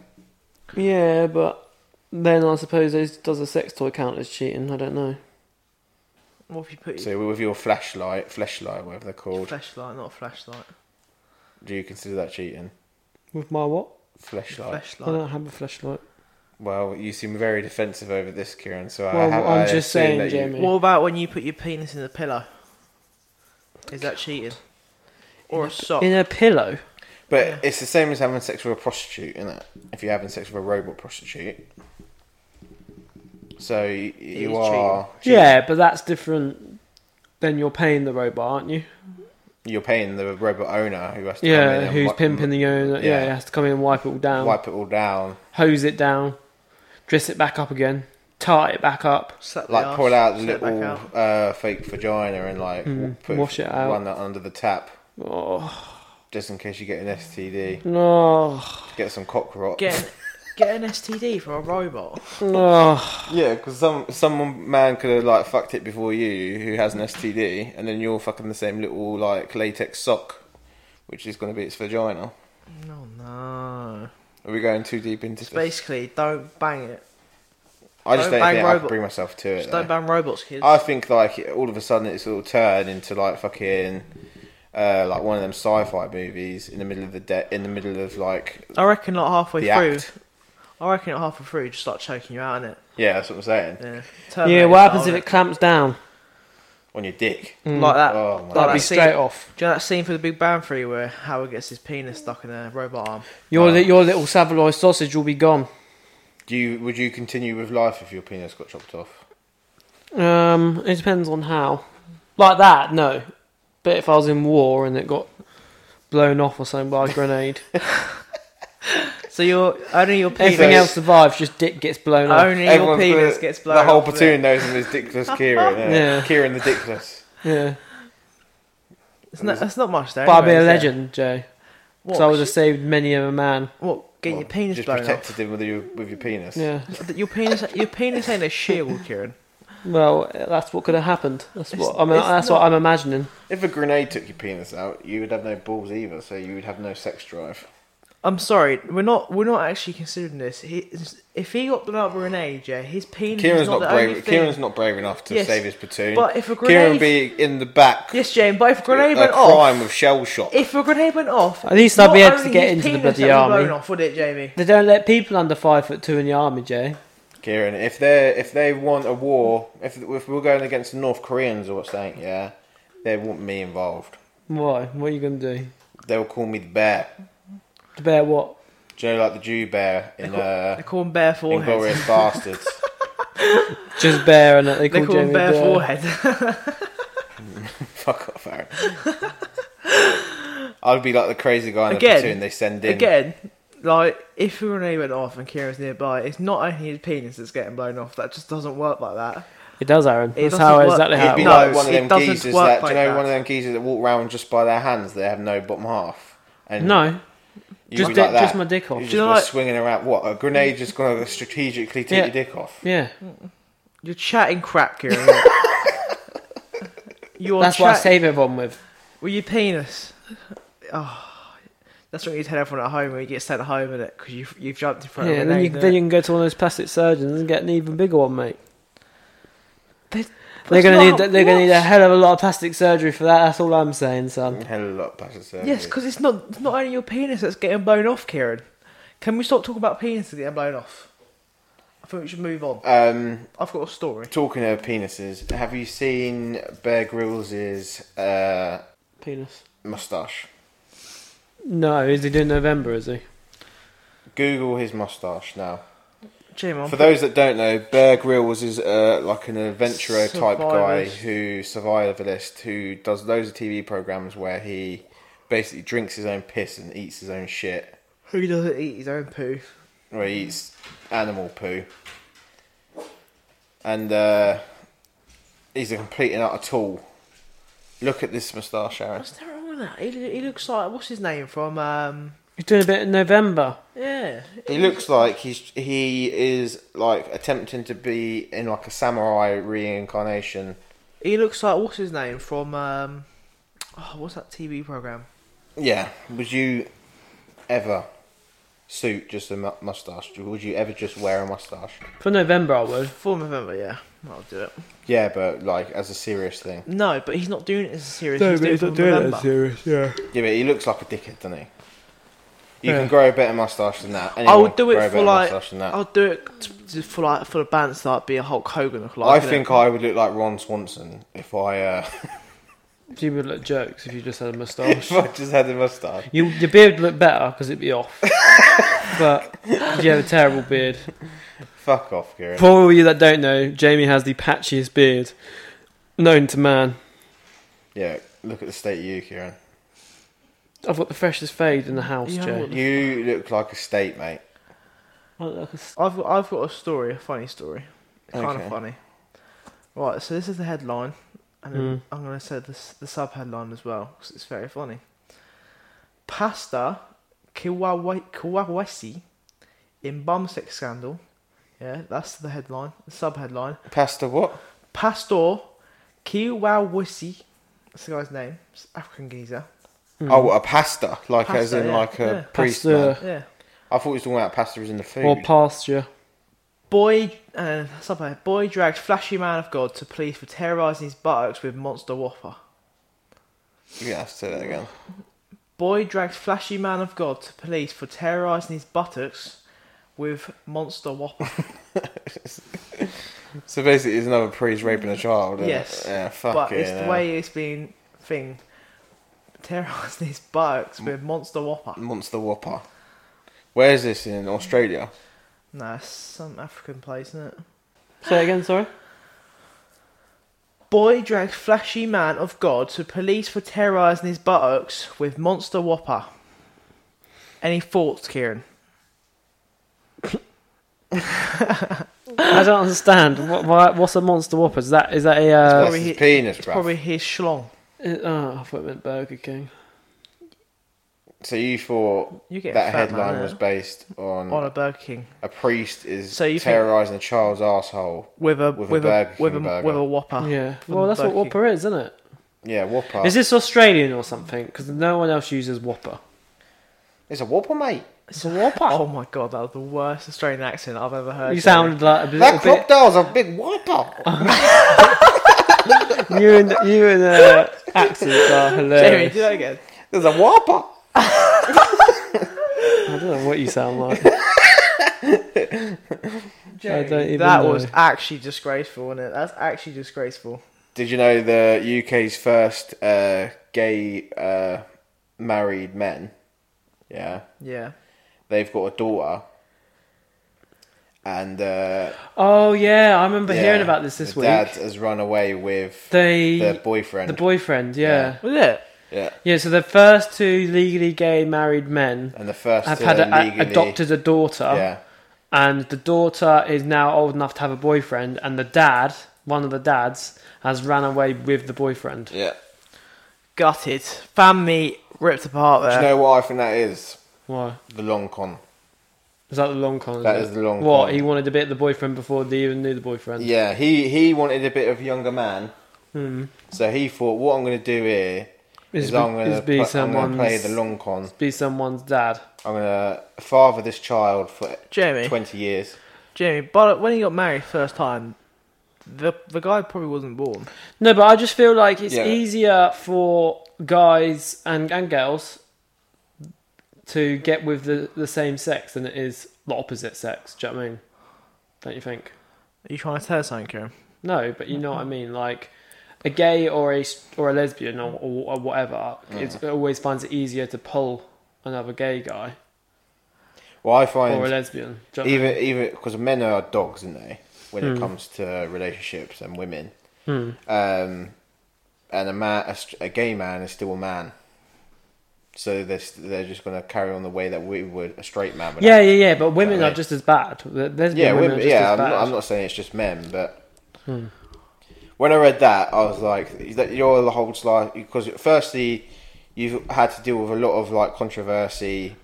S1: Yeah, but then I suppose those, does a sex toy count as cheating? I don't know.
S3: what if you put your
S2: So with your flashlight, flashlight, whatever they're called,
S3: flashlight, not a flashlight,
S2: do you consider that cheating?
S1: With my what?
S2: Flashlight.
S1: I
S3: flashlight?
S1: don't have a flashlight.
S2: Well, you seem very defensive over this, Kieran. So I
S1: Well,
S2: have,
S1: I'm
S2: I
S1: just
S2: assume
S1: saying,
S2: that you-
S1: Jamie.
S3: What about when you put your penis in the pillow? Is that cheating? Or a sock?
S1: In a pillow?
S2: But
S3: Yeah.
S2: it's the same as having sex with a prostitute, isn't it? If you're having sex with a robot prostitute, so you,
S3: is
S2: you are
S1: Yeah, but that's different than you're paying the robot, aren't you?
S2: you're paying the robot owner who has to come in
S1: Yeah,
S2: and
S1: who's
S2: wi-
S1: pimping the owner. Yeah.
S2: yeah.
S1: he has to come in and wipe it all down,
S2: wipe it all down,
S1: hose it down, dress it back up again, tie it back up.
S3: Slap the
S2: like
S3: arse,
S2: pull out the
S3: slap back
S2: little
S3: out.
S2: uh, fake vagina and like
S1: Mm,
S2: w- put
S1: wash it out.
S2: run that under the tap
S1: Oh,
S2: just in case you get an STD.
S1: no.
S2: Get some cock rot.
S3: Get an, get an STD from a robot.
S1: no.
S2: Yeah, because some some man could have like fucked it before you who has an STD, and then you're fucking the same little like latex sock which is going to be its vagina.
S1: Oh,
S3: No, no.
S2: Are we going too deep into
S3: It's
S2: this?
S3: basically don't bang it.
S2: I just
S3: don't
S2: don't,
S3: bang
S2: think I could
S3: robot-
S2: bring myself to it.
S3: Just
S2: though.
S3: don't ban robots, kids.
S2: I think like it- all of a sudden it's all turned into like fucking uh, like one of them sci-fi movies in the middle of the de- in the middle of like
S3: I reckon not halfway
S2: the
S3: through.
S2: act.
S3: I reckon not halfway through, just start choking you out in it.
S2: Yeah, that's what I'm saying.
S3: Yeah.
S1: Yeah,
S3: Terminator
S1: what happens if
S3: style,
S1: it Mm. clamps down?
S2: On your dick.
S3: innit? like that?
S2: Oh my
S1: That'd
S3: that
S1: be
S3: scene-
S1: straight off.
S3: Do you know that scene for The Big Bang Theory where Howard gets his penis stuck in a robot arm?
S1: Your
S2: Oh.
S1: li- your little Savoy sausage will be gone.
S2: Do you would you continue with life if your penis got chopped off?
S1: Um, it depends on how. Like that, no. But if I was in war and it got blown off or something by a grenade,
S3: So your only your penis,
S1: everything else survives. Just dick gets blown
S2: Oh.
S1: off.
S3: only your
S2: Everyone's
S3: penis
S2: the,
S3: gets blown.
S2: the whole
S3: up with
S2: platoon knows him as Dickless Kieran. Yeah.
S1: Yeah.
S2: Kieran the Dickless.
S1: Yeah,
S3: it. It's not, that's not much there.
S1: but I'd be
S3: anyway,
S1: a
S3: is it?
S1: legend, Jay.
S3: What?
S1: Because I would have saved many a man.
S3: what? Get
S2: Well,
S3: your penis
S2: just
S3: blown
S2: protected him with your with your penis.
S1: Yeah.
S3: off. Your penis, your penis ain't a shield, Kieran.
S1: Well, that's what could have happened. That's
S3: It's-
S1: what I mean.
S3: it's
S1: That's what
S3: not-
S1: I'm imagining.
S2: If a grenade took your penis out, you would have no balls either, so you would have no sex drive.
S3: I'm sorry, we're not we're not actually considering this. He, if he got blown up with an age, yeah, his penis
S2: Kieran's
S3: is not,
S2: not,
S3: the only
S2: brave.
S3: thing.
S2: Kieran's not brave enough to
S3: Yes,
S2: save his platoon.
S3: but if a
S2: Kieran would
S3: grenade,
S2: be in the back,
S3: yes, Jane, but if a grenade
S2: uh,
S3: went off,
S2: crying with shell shock.
S3: if a grenade went off,
S1: At least I'd
S3: not
S1: be able to
S3: only
S1: get
S3: his
S1: into the
S3: penis
S1: bloody
S3: would be
S1: army.
S3: Blown off, would it, Jamie?
S1: They don't let people under five foot two in the army, Jay.
S2: Kieran, if they if they want a war, if if we're going against the North Koreans or something, yeah, they want me involved.
S1: Why? What are you gonna do?
S2: They'll call me the bear.
S1: To bear what?
S2: Do you know, like the Jew bear in
S3: They
S2: uh,
S3: call him bare forehead.
S2: Inglorious Bastards.
S1: Just bear and they
S3: They
S1: call,
S3: call
S1: Jamie
S3: him bare
S1: Bear.
S3: forehead.
S2: Fuck off, Aaron. I'd be like the crazy guy in
S3: Again.
S2: the platoon they send in.
S3: Again, like if a grenade went off and Kieran's nearby, it's not only his penis that's getting blown off. That just doesn't work like that.
S1: It does, Aaron. That's
S3: doesn't
S1: how
S3: work.
S1: exactly
S2: He'd
S1: how.
S2: be
S1: It
S3: No,
S2: like one of
S3: it
S2: them
S3: doesn't
S2: geezers
S3: work
S2: that, do
S3: like
S2: you know,
S3: that.
S2: one of them geezers that walk around just by their hands that have no bottom half. And
S1: No,
S2: you'd
S1: just
S2: be
S1: di-
S2: like that.
S1: just my dick off.
S2: You're just
S3: Do you know,
S2: gonna
S3: like-
S2: swinging around. What a grenade just gonna strategically take
S1: Yeah.
S2: your dick off.
S1: Yeah,
S3: You're chatting crap, Kieran. You're
S1: that's what I
S3: chat-
S1: save everyone with.
S3: Well, your penis. Oh, that's what you tell everyone at home when you get sent home in it because you've, you've jumped in front
S1: Yeah,
S3: of
S1: then you,
S3: a
S1: then
S3: grenade.
S1: you can go to one of those plastic surgeons and get an even bigger one, mate.
S3: They-
S1: They're
S3: that's
S1: gonna
S3: not
S1: need
S3: how it
S1: they're gonna need a
S3: works.
S1: hell of a lot of plastic surgery for that. That's all I'm saying, son.
S2: Hell of a lot past the
S3: Yes, because it's not, it's not only your penis that's getting blown off, Kieran. Can we stop talking about penises getting blown off? I think we should move on.
S2: Um,
S3: I've got a story.
S2: talking of penises, have you seen Bear Grylls' uh,
S1: Penis.
S2: mustache?
S1: No, is he doing November? Is he?
S2: Google his mustache now.
S3: Jim, I'm
S2: For those that don't know, Bear Grylls is uh, like an adventurer type guy
S3: Survivalist.
S2: who survivalist who does loads of TV programs where he basically drinks his own piss and eats his own shit.
S3: Who doesn't eat his own poo?
S2: where he eats animal poo. And uh, he's a complete and utter tool. Look at this moustache, Aaron.
S3: What's that wrong with that? He, he looks like what's his name from? Um,
S1: He's doing a bit in November.
S3: yeah,
S2: He looks like he's he is like attempting to be in like a samurai reincarnation.
S3: he looks like what's his name from? Um, oh, what's that TV program?
S2: Yeah. Would you ever suit just a mu- moustache? Would you ever just wear a moustache?
S1: For November, I would.
S3: Full November, yeah, I'll do it.
S2: Yeah, but like as a serious thing.
S3: No, but he's not doing it as a serious. he's doing it for November.
S1: serious. Yeah.
S2: Yeah, but he looks like a dickhead, doesn't he? You
S1: Yeah.
S2: can grow a better moustache than that.
S3: I
S2: Anyone
S3: would
S2: can
S3: do
S2: grow a
S3: it for
S2: better
S3: like.
S2: moustache than that.
S3: I'll do it t- t- for like for the bands that be a Hulk Hogan look
S2: I
S3: like. innit?
S2: think I would look like Ron Swanson if I uh,
S1: You would look jokes if you just had a moustache.
S2: if I just had a mustache.
S1: you, your beard would look better because it'd be off. but you have a terrible beard.
S2: Fuck off, Kieran.
S1: For all you that don't know, Jamie has the patchiest beard known to man.
S2: Yeah, look at the state of you, Kieran.
S1: I've got the freshest fade in the house,
S3: You
S1: Joe.
S3: haven't.
S2: You look like a state, mate.
S1: I look like a s-
S3: I've got, I've got a story, a funny story, kind
S2: Okay.
S3: of funny. Right, so this is the headline, and then
S1: Mm.
S3: I'm going to say this, the sub headline as well because it's very funny. Pastor Kiwawa- Kiwawasi in bum sex scandal. Yeah, that's the headline. The sub headline:
S2: Pastor, what?
S3: Pastor Kiwawasi. That's the guy's name. It's African geezer.
S2: Oh, what, a pasta, like as
S3: Hmm. Pasta,
S2: in
S3: yeah,
S2: like a
S3: yeah.
S2: priest man.
S1: Pasta
S3: Yeah.
S2: I thought he was talking about pasta as in the food.
S1: or pasture.
S3: Boy, uh, something. Boy dragged flashy man of God to police for terrorising his buttocks with monster whopper.
S2: You're gonna have to say that again.
S3: Boy dragged flashy man of God to police for terrorising his buttocks with monster whopper.
S2: So basically, it's another priest raping a child. isn't it?
S3: Yes,
S2: Yeah, fuck
S3: but
S2: it,
S3: it's the
S2: yeah.
S3: way it's been thing. Terrorising his buttocks with monster whopper.
S2: Monster Whopper. Where's this in Australia?
S3: Nah, it's some African place, isn't it?
S1: Say it again, sorry.
S3: Boy drags flashy man of God to police for terrorising his buttocks with monster whopper. Any thoughts, Kieran?
S1: I don't understand. What, why, what's a monster whopper? Is that is that a? Uh,
S2: That's
S3: probably
S2: his
S3: hi-
S2: penis, bruv.
S3: Probably his schlong.
S1: it- oh, I thought it meant Burger King.
S2: So you thought
S3: You get
S2: that
S3: a fat man,
S2: headline
S3: yeah.
S2: was based on
S3: on a Burger King
S2: a priest is
S3: So you think-
S2: terrorising a child's asshole.
S3: with a
S2: With
S3: with,
S2: a
S3: a,
S2: Burger
S3: with a
S2: King burger.
S3: with a Whopper.
S1: Yeah. Ah,
S3: From
S1: Well, that's what
S3: Burger King.
S1: Whopper is, isn't it?
S2: Yeah, Whopper.
S1: Is this Australian or something? Because no one else uses Whopper.
S2: It's a Whopper, mate.
S1: It's a Whopper.
S3: Oh my god, that was the worst Australian accent I've ever heard.
S1: you sounded like a bit.
S2: That
S1: A bit
S2: crocodile's a big Whopper.
S1: you and you and uh, accents are
S3: Jerry,
S1: hilarious.
S3: do that again.
S2: There's a Whopper.
S1: I don't know what you sound like.
S3: Jerry,
S1: don't even
S3: that
S1: know.
S3: was actually disgraceful, wasn't it? That's actually disgraceful.
S2: Did you know the UK's first uh, gay uh, married men? Yeah,
S3: Yeah.
S2: they've got a daughter, and uh,
S1: Oh yeah, I remember hearing about this this
S2: the
S1: week.
S2: Dad has run away with
S1: they
S2: the boyfriend.
S1: the boyfriend, yeah. yeah,
S3: Was it?
S2: yeah,
S1: So the first two legally gay married men
S2: and the first
S1: have
S2: to
S1: had a,
S2: legally,
S1: adopted a daughter,
S2: Yeah,
S1: and the daughter is now old enough to have a boyfriend, and the dad, one of the dads, has ran away with the boyfriend.
S2: yeah.
S3: Gutted. Family ripped apart
S2: Do
S3: there.
S2: you know what I think that is?
S1: Why?
S2: The long con.
S1: Is that the long con?
S2: That
S1: it?
S2: is the long
S1: What
S2: con.
S1: he wanted a bit of the boyfriend before they even knew the boyfriend.
S2: Yeah, he he wanted a bit of younger man, so he thought, what I'm going to do here
S1: Hmm. Is
S2: is
S1: be-
S2: I'm going
S1: is be
S2: to I'm going to play
S1: someone's-
S2: the long con.
S1: Be someone's dad.
S2: I'm going to father this child for
S3: Jeremy.
S2: 20 years.
S3: Jeremy, but when he got married first time, the the guy probably wasn't born.
S1: No, but I just feel like it's
S2: Yeah.
S1: easier for guys and, and girls to get with the, the same sex than it is the opposite sex. Do you know what I mean? Don't you think?
S3: Are you trying to tell us something, Kieran?
S1: No, but you know what I mean. Like a gay or a s- or a lesbian or, or, or whatever,
S2: Mm.
S1: it's, it always finds it easier to pull another gay guy
S2: Well, I
S1: or a
S2: find
S1: lesbian. Do you know what I mean?
S2: even even because men are dogs, aren't they? When
S1: Hmm.
S2: it comes to relationships and women, um, and a man, a, st- a gay man is still a man. So they're, st- they're just going to carry on the way that we would a straight man would.
S1: Yeah, yeah, yeah. But women
S2: what I
S1: are
S2: mean?
S1: just as bad. The Lesbian
S2: yeah,
S1: women,
S2: women,
S1: are just
S2: yeah.
S1: as
S2: I'm
S1: bad. Hmm.
S2: not, I'm not saying it's just men, but when I read that, I was like, is that "You're the whole slide." Because firstly, you've had to deal with a lot of like controversy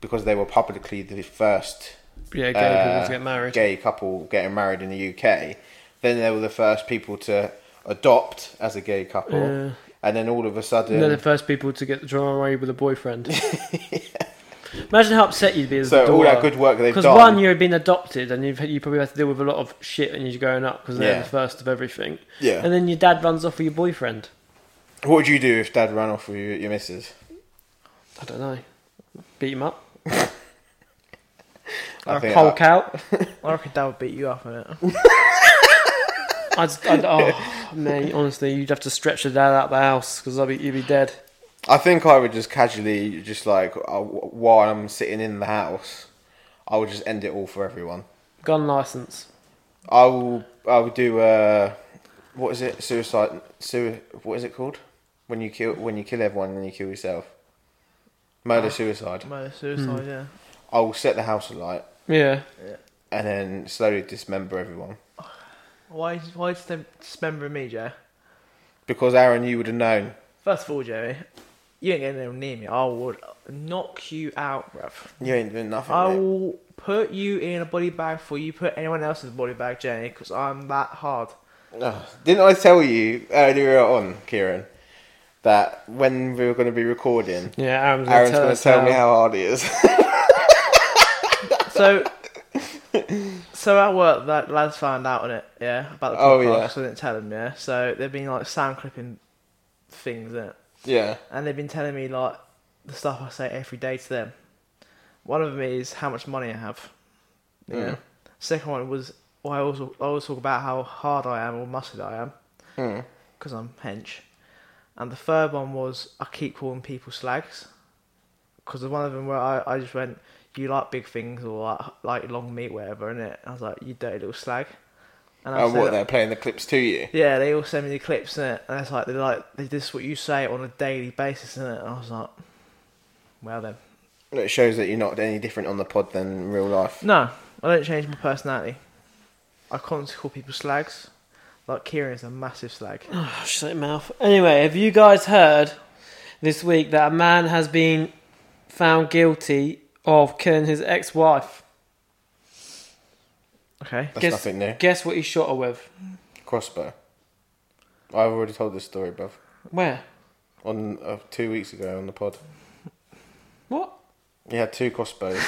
S2: because they were publicly the first
S1: yeah, gay
S2: uh,
S1: people to get married.
S2: gay couple getting married in the UK. Then they were the first people to adopt as a gay couple,
S1: Yeah.
S2: and then all of a sudden,
S1: And they're the first people to get drawn away with a boyfriend. Imagine how upset you'd be as a
S2: so all
S1: daughter.
S2: that good work they've
S1: because
S2: done.
S1: one, you've been adopted, and you've you probably had to deal with a lot of shit when you're growing up because they're
S2: Yeah.
S1: the first of everything.
S2: Yeah.
S1: And then your dad runs off with your boyfriend.
S2: what would you do if Dad ran off with you, your missus?
S1: I don't know. Beat him up.
S2: I think I-
S1: Hulk out.
S3: I reckon Dad would beat you up in it.
S1: I'd, I'd, oh, mate, honestly, you'd have to stretch your dad out the house because be, you'd be dead.
S2: I think I would just casually, just like uh, w- while I'm sitting in the house, I would just end it all for everyone.
S1: Gun license.
S2: I will. I will do. Uh, what is it? Suicide. Sui- What is it called? When you kill. When you kill everyone and you kill yourself. Murder
S1: Ah.
S2: suicide.
S3: Murder,
S1: Hmm.
S3: suicide, yeah.
S2: I will set the house alight
S1: Yeah.
S2: and then slowly dismember everyone.
S3: Why why dis- dismembering me, Jay?
S2: Because Aaron, you would have known.
S3: First of all, Jerry, you ain't getting near me. I would knock you out, bruv.
S2: You ain't doing nothing.
S3: I
S2: mate.
S3: will put you in a body bag before you put anyone else in a body bag, Jerry, because I'm that hard.
S2: Ugh. Didn't I tell you earlier on, Kieran, that when we were going to be recording,
S1: Yeah, Aaron's gonna
S2: Aaron's
S1: tell,
S2: going to
S1: us
S2: tell
S1: how-
S2: me how hard it is.
S3: So, so at work, that lads found out on it, yeah, about the podcast.
S2: Oh, yeah.
S3: so I didn't tell them, yeah. So they've been like sound clipping things, innit?
S2: yeah.
S3: and they've been telling me like the stuff I say every day to them. One of them is how much money I have. Yeah.
S2: Yeah.
S3: Second one was well, I also I always talk about how hard I am or muscled I am
S2: Mm.
S3: because I'm hench. And the third one was I keep calling people slags because one of them where I, I just went you like big things or like, like long meat whatever innit? and I was like you dirty little slag. And
S2: And
S3: said-
S2: Oh, what, they're playing the clips to you?
S3: yeah, they all send me the clips in it, and it's like they're like they this is what you say on a daily basis in it. And I was like, well then,
S2: It shows that you're not any different on the pod than in real life.
S3: no, I don't change my personality. I constantly call people slags. Like Kieran's a massive slag.
S1: Oh, shit, mouth. Anyway, have you guys heard this week that a man has been found guilty of killing his ex-wife?
S3: Okay,
S2: That's
S1: Guess-
S2: nothing new.
S1: Guess what he shot her with?
S2: Crossbow. I've already told this story, bruv.
S1: Where?
S2: On uh, two weeks ago on the pod,
S1: What?
S2: he had two crossbows.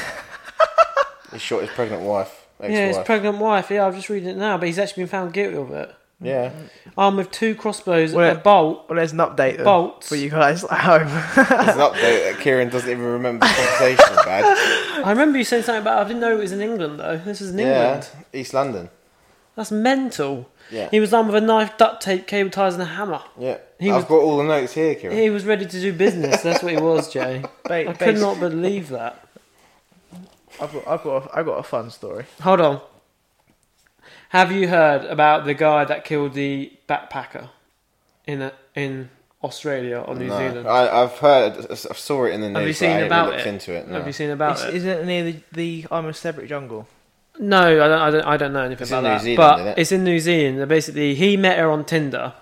S2: he shot his pregnant wife, ex-wife.
S1: Yeah, his pregnant wife. Yeah, I've just read it now, but he's actually been found guilty of it.
S2: yeah.
S1: Armed with two crossbows,
S3: Where-
S1: a bolt.
S3: well there's an update then
S1: Bolts.
S3: for you guys at home.
S2: It's an update that uh, Kieran doesn't even remember the conversation. Bad.
S1: I remember you saying something about. I didn't know it was in England though. This is in
S2: Yeah,
S1: England.
S2: East London.
S1: That's mental.
S2: Yeah,
S1: He was armed with a knife, duct tape, cable ties, and a hammer.
S2: yeah.
S1: he
S2: I've
S1: was-
S2: got all the notes here, Kieran.
S1: He was ready to do business. That's what he was, Jay.
S3: Ba-
S1: I could
S3: bas-
S1: not believe that.
S3: I've got, I've got, a, I've got a fun story.
S1: Hold on. Have you heard about the guy that killed the backpacker in a, in Australia or New
S2: No. Oh,
S1: Zealand?
S2: I, I've heard, I saw it in the news.
S1: Have you
S2: but
S1: seen
S2: I ain't
S1: about
S2: looked
S1: it?
S2: Into it. No.
S1: Have you seen about
S3: Is-
S1: it?
S3: Isn't it near the, the I'm a celebrity jungle?
S1: No, I don't, I don't. I don't know anything
S2: It's
S1: about
S2: in
S1: that.
S2: New Zealand,
S1: but
S2: isn't it?
S1: it's in New Zealand. And Basically, he met her on Tinder,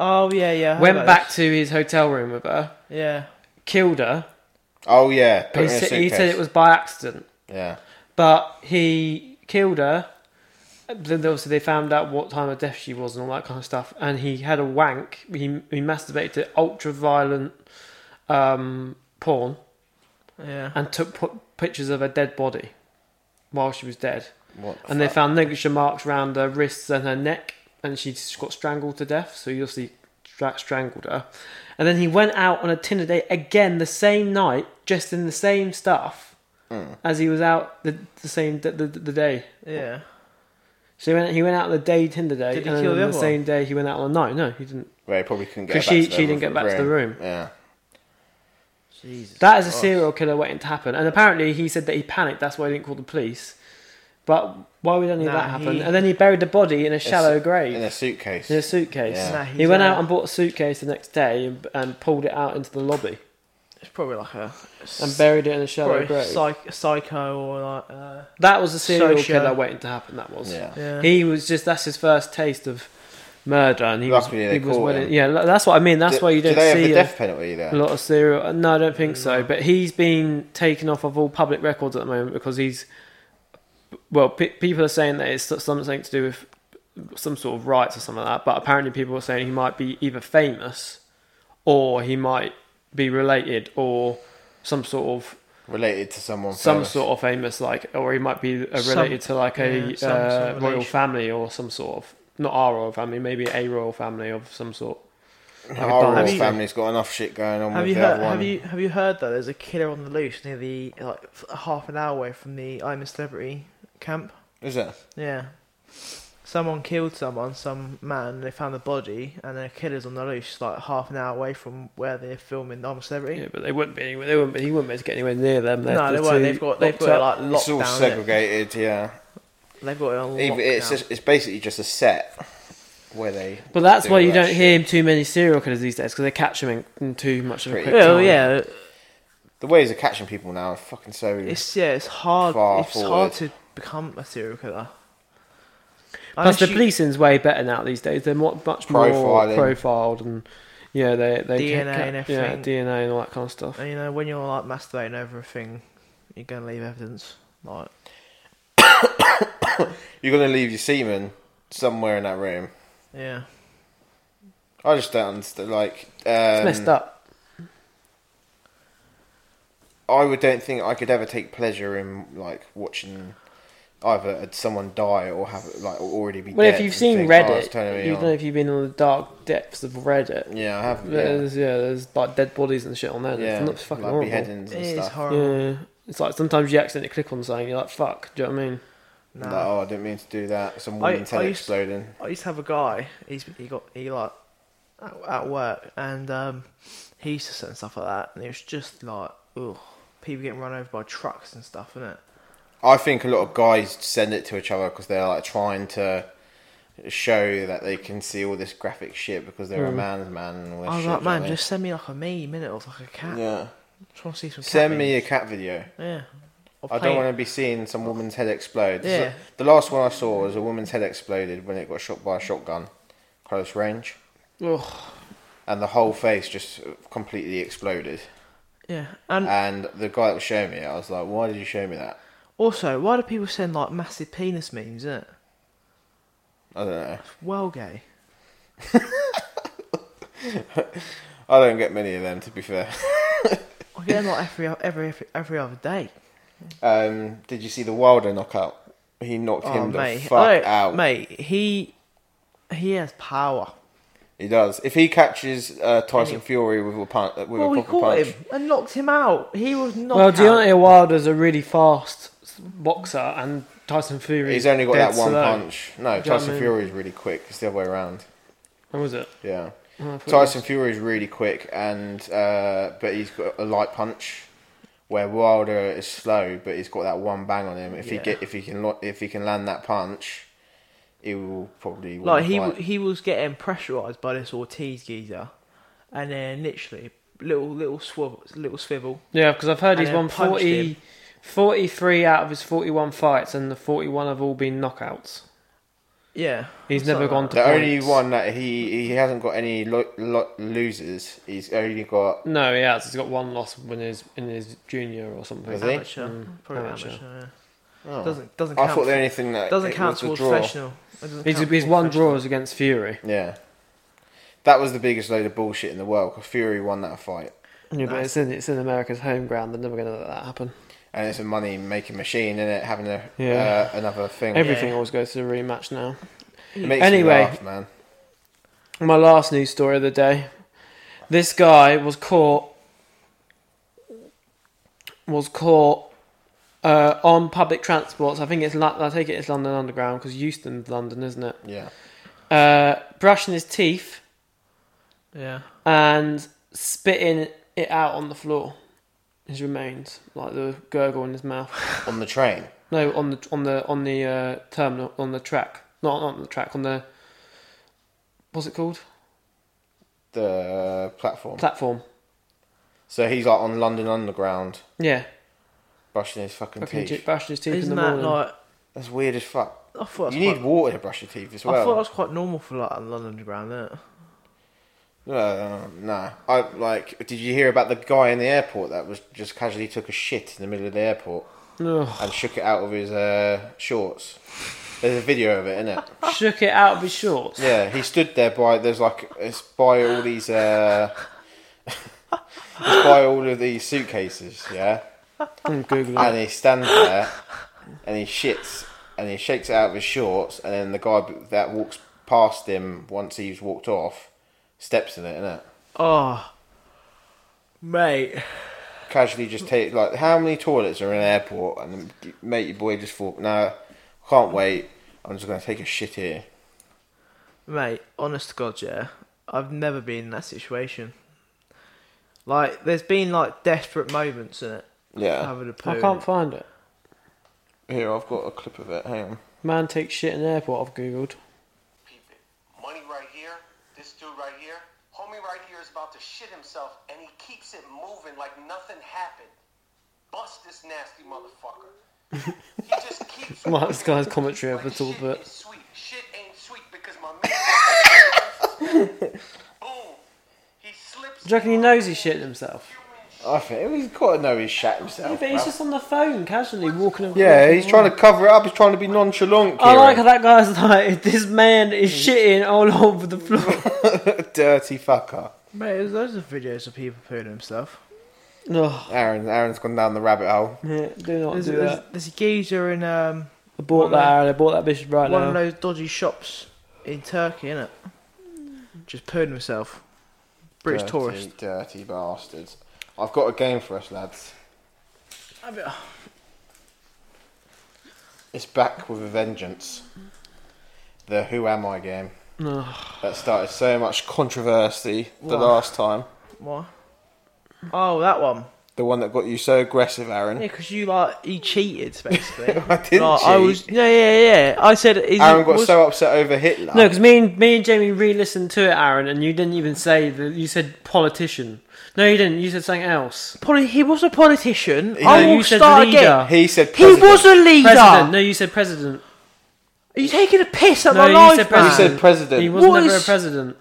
S3: Oh yeah, yeah. I heard
S1: went
S3: about
S1: back to his hotel room with her,
S3: this. Yeah.
S1: killed her.
S2: Oh yeah.
S1: He,
S2: Put it in a
S1: sa- he
S2: suitcase.
S1: said it was by accident,
S2: Yeah.
S1: but he killed her. Then obviously they found out what time of death she was and all that kind of stuff. And he had a wank. He he masturbated to ultra violent um, porn
S3: Yeah.
S1: and took pu- pictures of her dead body while she was dead.
S2: What? the
S1: and they
S2: fuck?
S1: found ligature marks around her wrists and her neck, and she just got strangled to death. So he obviously stra- strangled her. And then he went out on a Tinder date again the same night, dressed in the same stuff
S2: Hmm.
S1: as he was out the, the same d- the, the day.
S3: Yeah.
S1: So he went, he went out on the day Tinder date,
S3: Did he
S1: and then
S3: kill the
S1: on the
S3: other one?
S1: same day he went out on a night. No, he didn't.
S2: Well, he probably couldn't get.
S1: 'Cause
S2: back
S1: she-
S2: to the
S1: she didn't get back to the room.
S2: Yeah.
S3: Jesus.
S1: That is a
S3: Christ.
S1: serial killer waiting to happen. And apparently he said that he panicked. That's why he didn't call the police. But why would any of
S3: Nah,
S1: that happen?
S3: he-
S1: And then he buried the body in a shallow grave.
S2: In a suitcase.
S1: In a suitcase.
S2: Yeah.
S3: Nah,
S1: he
S3: he's,
S1: went
S3: uh,
S1: out and bought a suitcase the next day and, and pulled it out into the lobby
S3: It's probably like a.
S1: and buried it in a shallow
S3: Probably
S1: grave.
S3: psych- psycho or like. Uh,
S1: that was a serial
S3: Socio.
S1: killer waiting to happen. That was.
S2: Yeah.
S3: yeah.
S1: He was just that's his first taste of murder, and he
S2: Luckily
S1: was he
S2: they
S1: was
S2: caught
S1: willing-
S2: him.
S1: yeah. li- That's what I mean. That's
S2: Do-
S1: why you
S2: do
S1: don't
S2: they have
S1: see
S2: the
S1: a,
S2: death penalty there?
S1: a lot of serial. uh, No, I don't think so. But he's been taken off of all public records at the moment because he's. Well, pe people are saying that it's something to do with some sort of rights or something like that. But apparently, people are saying he might be either famous, or he might be related, or some sort of
S2: Related to someone.
S1: some
S2: famous.
S1: sort of famous like, or he might be uh,
S3: Some-
S1: related to like a
S3: yeah, some
S1: uh,
S3: sort of
S1: royal
S3: relation.
S1: family or some sort of not our royal family, maybe a royal family of some sort. Like a
S2: Our
S1: dynasty.
S2: royal family's got enough shit going on
S3: have
S2: with
S3: you
S2: the
S3: heard?
S2: other one.
S3: Have you have you heard that there's a killer on the loose near the like f- half an hour away from the I'm a Celebrity camp?
S2: Is it?
S3: Yeah. Someone killed someone, some man. They found the body, and the killer's on the loose, like half an hour away from where they're filming I'm a Celebrity.
S1: Yeah, but they wouldn't be. anywhere- They wouldn't. Be, he wouldn't be able to get anywhere near them. They're
S3: no, they
S1: too
S3: won't. They've got they've
S1: locked
S3: got it
S1: up.
S3: like locked
S2: It's all
S3: down. innit?
S2: segregated. Yeah.
S3: They've got it on
S2: Even- It's
S3: lockdown.
S2: just, it's basically just a set where they.
S1: But that's
S2: do
S1: why
S2: all
S1: you
S2: that
S1: don't
S2: shit.
S1: hear too many serial killers these days because they catch them in, in too much of a
S2: Pretty
S1: quick
S3: Well,
S1: time.
S3: yeah,
S2: The ways of catching people now are fucking so.
S3: it's yeah, it's hard.
S2: Far
S3: it's
S2: forward.
S3: hard to become a serial killer.
S1: Plus,
S3: Unless
S1: the
S3: you-
S1: policing's way better now these days. They're mo- much more
S2: Profiling.
S1: profiled and yeah, they they ca-
S3: DNA
S1: ca-
S3: and
S1: yeah
S3: everything. Um,
S1: DNA and all that kind of stuff.
S3: And, you know, when you're like masturbating over a thing, you're gonna leave evidence. Like,
S2: You're gonna leave your semen somewhere in that room.
S3: yeah,
S2: I I just don't understand. Like, um,
S1: It's messed up.
S2: I would don't think I could ever take pleasure in like watching either someone die or have like already be.
S1: Well,
S2: dead
S1: if you've
S2: and
S1: seen
S2: think, oh, it's
S1: Reddit,
S2: turning me
S1: you
S2: on.
S1: don't know if you've been in the dark depths of Reddit.
S2: yeah, I have. Yeah,
S1: There's yeah, there's like dead bodies and shit on there.
S2: yeah.
S1: Yeah, it's fucking
S2: like
S1: horrible.
S2: beheadings and
S3: It is
S2: stuff.
S3: horrible.
S1: Yeah, it's like sometimes you accidentally click on something, you're like, "Fuck," do you know what I mean?
S3: Nah.
S2: Like, oh, I didn't mean to do that. Some
S3: I-
S2: woman's
S3: I
S2: head
S3: used-
S2: exploding.
S3: I used to have a guy. He's he got he like at, at work, and um, he used to send stuff like that, and it was just like, ugh, people getting run over by trucks and stuff, isn't it?
S2: I think a lot of guys send it to each other because they're like trying to show that they can see all this graphic shit because they're a man's man and all this
S3: I was
S2: shit.
S3: like,
S2: do you know
S3: Hmm. Oh, man,
S2: what I
S3: just send me like a meme in it of like a cat.
S2: mean?
S3: Yeah.
S2: yeah.
S3: trying to see some. Cat
S2: Send
S3: memes.
S2: me a cat video.
S3: Yeah. Of
S2: I don't
S3: paint.
S2: want to be seeing some woman's head explode.
S3: Yeah.
S2: The last one I saw was a woman's head exploded when it got shot by a shotgun, close range,
S1: Ugh.
S2: and the whole face just completely exploded.
S3: Yeah, and
S2: And the guy that was showing me, it, I was like, "Why did you show me that?"
S3: also, why do people send like massive penis memes? Isn't it?
S2: I don't know.
S3: It's well gay.
S2: I don't get many of them, to be fair.
S3: I get them like every every every, every other day.
S2: Um, did you see the Wilder knockout? He knocked
S3: Oh,
S2: him the
S3: mate,
S2: fuck
S3: I-
S2: out.
S3: mate. He he has power.
S2: He does. If he catches uh, Tyson
S3: Any-
S2: Fury with a punch, with
S3: Well,
S2: a
S3: we
S2: proper
S3: caught
S2: punch,
S3: him and knocked him out. He was knocked
S1: Well,
S3: out.
S1: Deontay Wilder's a really fast boxer, and Tyson Fury.
S2: he's only got
S1: dead
S2: that one
S1: slow.
S2: punch.
S1: Do
S2: No,
S1: you know what I
S2: Tyson
S1: mean?
S2: Fury is really quick. It's the other way around.
S1: When was it?
S2: Yeah.
S1: Oh, I thought it
S2: Tyson Fury is really quick, and uh, but he's got a light punch. Where Wilder is slow, but he's got that one bang on him. If he
S3: Yeah.
S2: get, if he can, lo- if he can land that punch, he will probably win
S3: Like
S2: the
S3: he
S2: fight.
S3: w- he was getting pressurized by this Ortiz geezer, and then literally little little swivel little swivel.
S1: Yeah, because I've heard
S3: And
S1: he's
S3: then
S1: won
S3: punched
S1: 40,
S3: him.
S1: 43 out of his 41 fights, and the 41 have all been knockouts.
S3: Yeah,
S1: He's
S3: something
S1: never
S3: like
S1: gone
S3: that.
S1: to
S2: The only
S1: points.
S2: one that he he hasn't got any lo- lo- losers. He's only got
S1: No, he has. He's got one loss when he's in his junior or something.
S2: Has he?
S3: amateur, probably
S1: Mm. amateur.
S3: amateur. yeah. Doesn't doesn't
S2: oh. I
S3: count.
S2: thought the only thing that
S3: doesn't
S2: it
S3: count
S2: was the
S3: towards
S2: draw.
S3: professional. It doesn't
S1: His,
S3: count
S1: his
S3: towards
S1: one
S3: professional.
S1: draw was against Fury.
S2: Yeah, that was the biggest load of bullshit in the world. 'cause Fury won that fight,
S1: Yeah, but
S3: Nice.
S1: it's in it's in America's home ground. They're never going to let that happen.
S2: and it's a money making machine, and it having a
S1: Yeah.
S2: uh, another thing.
S1: Everything always goes to the rematch now.
S2: It makes
S1: Anyway.
S2: me laugh, man.
S1: My last news story of the day. This guy was caught was caught uh, on public transports. I think it's Lon- I take it it's London Underground because Euston's London, isn't it?
S2: Yeah,
S1: Uh, brushing his teeth
S3: Yeah,
S1: and spitting it out on the floor. His remains, like the gurgle in his mouth.
S2: on the train.
S1: No, on the on the on the uh, terminal on the track. Not not on the track. On the what's it called?
S2: The platform.
S1: Platform.
S2: so he's like on London Underground,
S1: Yeah.
S2: brushing his fucking,
S1: Fucking
S2: teeth.
S1: j- brushed his teeth in
S3: isn't
S1: the
S3: that
S1: morning.
S3: like?
S2: That's weird as fuck.
S3: I thought that's
S2: You
S3: quite,
S2: need water to brush your teeth as
S3: I
S2: well.
S3: thought that was quite normal for like London Underground, isn't it?
S2: Uh, nah. I like. Did you hear about the guy in the airport that was just casually took a shit in the middle of the airport
S1: Ugh.
S2: and shook it out of his uh, shorts? There's a video of it, isn't it?
S1: Shook it out of his shorts.
S2: Yeah, he stood there by there's like it's by all these uh, it's by all of these suitcases, yeah.
S1: I'm googling.
S2: And he stands there and he shits and he shakes it out of his shorts, and then the guy that walks past him once he's walked off steps in it, innit?
S3: Oh, mate.
S2: casually just take like how many toilets are in an airport and then mate your boy just thought no can't wait I'm just gonna take a shit here
S3: Mate, honest to God, yeah. I've never been in that situation. Like, there's been like desperate moments in it.
S2: yeah
S3: Having a poo.
S1: I can't find it.
S2: here I've got a clip of it hang on
S1: Man takes shit in airport. I've googled.
S4: people. Money right here, this dude right here, homie right here is about to shit himself and he keeps it moving like nothing happened. Bust this nasty motherfucker. he just keeps
S1: Well, this guy's commentary over
S4: like,
S1: the top
S4: shit
S1: of it.
S4: is sweet. Shit ain't sweet because my man Boom. He slips
S1: Do you reckon he knows he's shitting himself?
S4: human
S2: I think he's got to know he's shat himself.
S1: Yeah, but he's
S2: bruv.
S1: just on the phone casually walking around.
S2: yeah, he's trying to cover it up. He's trying to be nonchalant.
S1: I like how that
S2: Kieran.
S1: guy's like, this man is
S3: Mm.
S1: shitting all over the floor.
S2: Dirty fucker.
S3: Mate, there's loads of videos of people pooing themselves.
S1: No,
S2: Aaron, Aaron's gone down the rabbit hole.
S1: yeah, do not
S3: There's,
S1: do
S3: there's,
S1: that.
S3: there's a geezer in um,
S1: I bought
S3: one
S1: that,
S3: of-
S1: Aaron. I bought that bitch right
S3: one of
S1: now.
S3: those dodgy shops in Turkey, innit? Just pooing himself. British
S2: dirty,
S3: tourist.
S2: Dirty bastards. I've got a game for us, lads.
S3: I mean, oh,
S2: It's back with a vengeance. The Who Am I game.
S1: No.
S2: That started so much controversy the
S3: Why?
S2: last time.
S3: What? Oh, that one.
S2: The one that got you so aggressive, Aaron.
S3: Yeah, because you like you cheated basically.
S2: I didn't
S3: Like, I
S2: cheat.
S3: was yeah yeah yeah. I said is
S2: Aaron
S3: it-
S2: got
S3: was-
S2: so upset over Hitler.
S1: No, because me and me and Jamie re-listened to it, Aaron, and you didn't even say that. You said politician. No, you didn't. You said something else.
S3: Poli- he was a politician.
S2: He-
S3: I
S2: No,
S1: you
S3: will
S1: said
S3: start
S1: leader.
S3: again.
S2: he said
S3: He was
S2: president.
S3: a leader.
S1: President. No, you said president.
S3: Are you taking a piss at
S1: No,
S3: my
S1: you
S3: life,
S1: said
S3: man?
S2: You said president.
S1: He was
S3: What
S1: never
S3: is-
S1: a president.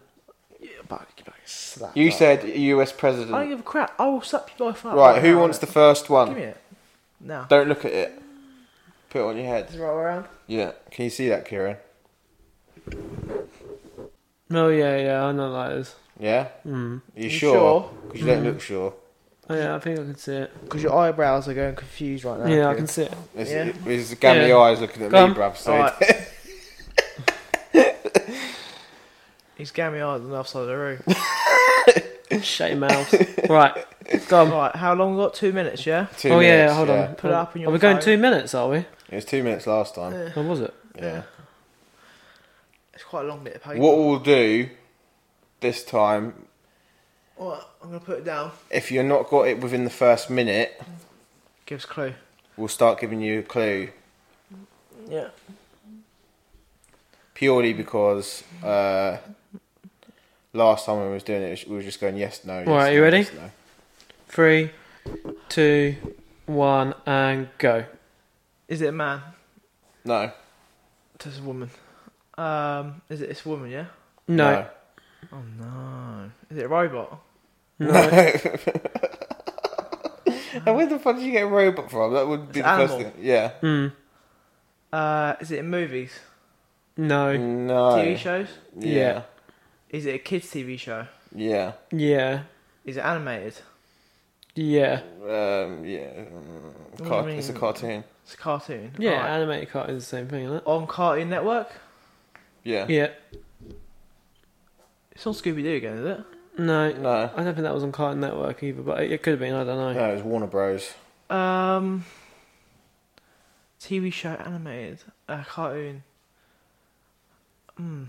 S3: Back- back, slap.
S2: you said U.S.
S3: I don't
S2: president.
S3: give a crap. I will slap your life up.
S2: Right, who
S3: now,
S2: wants
S3: innit?
S2: the first one?
S3: Give me it. Now.
S2: Don't look at it. Put it on your head.
S3: Just roll around.
S2: Yeah. Can you see that, Kieran?
S1: No, yeah, yeah, I know that is.
S2: Yeah. Mm. You, sure?
S3: sure?
S2: Because you don't look sure.
S1: Oh, yeah, I think I can see it.
S3: Because your eyebrows are going confused right now.
S1: yeah, I can see it.
S2: Is,
S3: Yeah.
S2: is Gammy
S1: Yeah.
S2: eyes looking at
S1: Go
S2: me,
S1: on.
S2: bruv? So
S3: Alright. He's gammy eyes on the other side of the room.
S1: Shut your mouth. right, go on.
S3: right, how long we got? Two minutes, yeah?
S2: two
S1: oh
S2: minutes,
S1: yeah, hold on.
S3: Put it up on your
S1: Are we going
S3: phone.
S1: two minutes? Are we?
S2: It was two minutes last time.
S1: Or was it?
S2: Yeah.
S3: It's quite a long bit of paper.
S2: What we'll do this time,
S3: Alright, I'm going to put it down.
S2: if you're not got it within the first minute,
S3: Give us a clue.
S2: we'll start giving you a clue.
S3: Yeah.
S2: Purely because uh, last time when we was doing it, we were just going yes, no. Yes,
S1: Alright, you
S2: no,
S1: ready?
S2: yes, no.
S1: Three, two, one, and go.
S3: Is it a man?
S2: No.
S3: It's a woman. Um, is it this woman, yeah?
S1: No,
S3: Oh no. Is it a robot?
S1: no.
S2: And where the fuck did you get a robot from? That would be
S3: It's
S2: the first
S3: animal.
S2: thing. Yeah.
S1: Mm.
S3: Uh, is it in movies?
S1: No.
S2: No.
S3: TV shows?
S2: Yeah.
S3: Is it a kids' TV show?
S2: Yeah.
S1: Yeah.
S3: Is it animated?
S1: Yeah.
S2: Um, yeah.
S3: do
S2: Cart-
S3: you
S2: it's a
S3: mean?
S2: cartoon.
S3: It's a cartoon.
S1: Yeah.
S3: Right.
S1: Animated cartoon is the same thing, isn't it?
S3: On Cartoon Network?
S2: Yeah.
S1: Yeah.
S3: It's on Scooby Doo again, is it?
S1: No.
S2: No.
S1: I don't think that was on Cartoon Network either, but it, it could have been. I don't know.
S2: No, it was Warner Bros.
S3: Um, TV show animated, a cartoon. Hmm.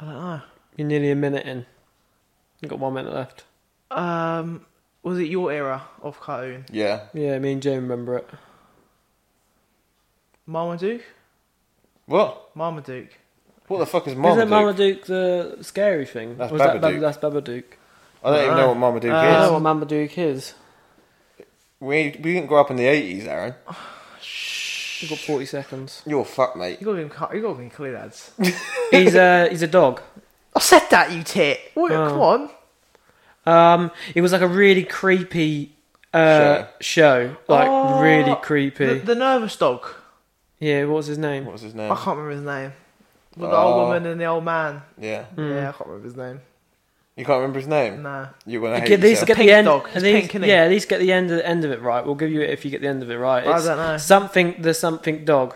S3: I don't know.
S1: You're nearly a minute in. You've got one minute left.
S3: Um, was it your era of cartoon?
S2: Yeah.
S1: Yeah, me and Jane remember it.
S3: Marmaduke,
S2: What?
S3: Marmaduke.
S2: What the fuck is Marmaduke?
S1: Isn't Marmaduke the scary thing?
S2: That's
S1: Or is that
S2: Babadook.
S1: Bab- that's Babadook.
S2: I don't even know what
S1: Uh,
S2: Marmaduke
S1: I
S2: is.
S1: know what Marmaduke is.
S2: We we didn't grow up in the eighties, Aaron.
S1: You've got 40 seconds.
S2: You're fucked, mate.
S3: You got him. You got him clear, lads.
S1: He's a he's a dog.
S3: I said that, you tit. What?
S1: Oh.
S3: Come on.
S1: Um, it was like a really creepy uh, show, like
S3: Oh,
S1: really creepy.
S3: The, the nervous dog.
S1: Yeah, what was his name?
S2: What was his
S3: I
S2: name?
S3: can't remember his name. With the old
S2: Oh.
S3: woman and the old man.
S2: Yeah.
S1: Hmm.
S3: Yeah, I can't remember his name.
S2: You can't remember his name.
S3: Nah.
S2: You're gonna hate
S1: Get, at least
S2: yourself.
S1: get
S3: Pink
S1: the end.
S3: dog. He's
S1: At least,
S3: pink, isn't he?
S1: yeah, at least get the end of, end of it right. We'll give you it if you get the end of it right.
S3: I
S1: It's
S3: don't know.
S1: Something the something dog.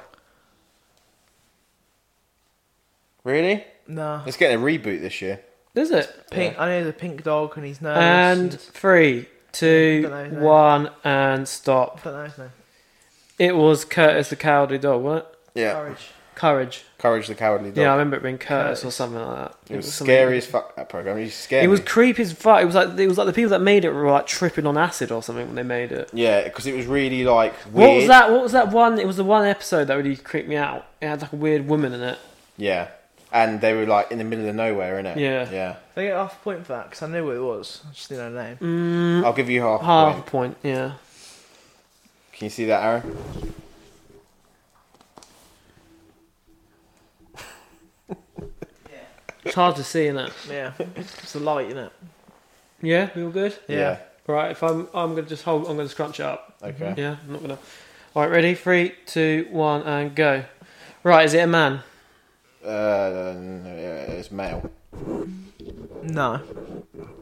S2: Really?
S3: Nah.
S2: It's getting a reboot this year.
S1: Is it?
S3: Pink. I know there's a pink dog and he's nervous.
S1: And three, two,
S3: Dunno his name.
S1: one, and stop.
S3: I don't know his name.
S1: It was Curtis the Cowardly Dog, wasn't it?
S2: Yeah. Courage,
S3: Courage.
S1: Courage.
S2: the Cowardly Dog.
S1: Yeah, I remember it being Curtis, or
S3: Curtis.
S1: something like that.
S2: It was
S1: something-
S2: scary as fuck. That program. It scared
S1: It was
S2: me.
S1: creepy as fuck. It was like it was like the people that made it were like tripping on acid or something when they made it.
S2: Yeah, because it was really like weird.
S1: What was that? What was that one? It was the one episode that really creeped me out. It had like a weird woman in it.
S2: Yeah, and they were like in the middle of nowhere, innit?
S1: Yeah.
S2: Yeah.
S3: They get half a point for that because I knew what it was. I just didn't know the name.
S2: I'll give you half. a
S1: Mm. Half
S2: point.
S1: a point, yeah.
S2: Can you see that, Aaron?
S1: It's hard to see in it. Mm.
S3: Yeah, it's the light, isn't it?
S1: Yeah, we all good.
S2: Yeah.
S1: Right. If I'm, I'm gonna just hold. I'm gonna just crunch it up.
S2: Okay.
S1: Yeah. I'm not gonna. All right. Ready? Three, two, one, and go. Right. Is it a man?
S2: Uh, no, yeah, it's male.
S3: No.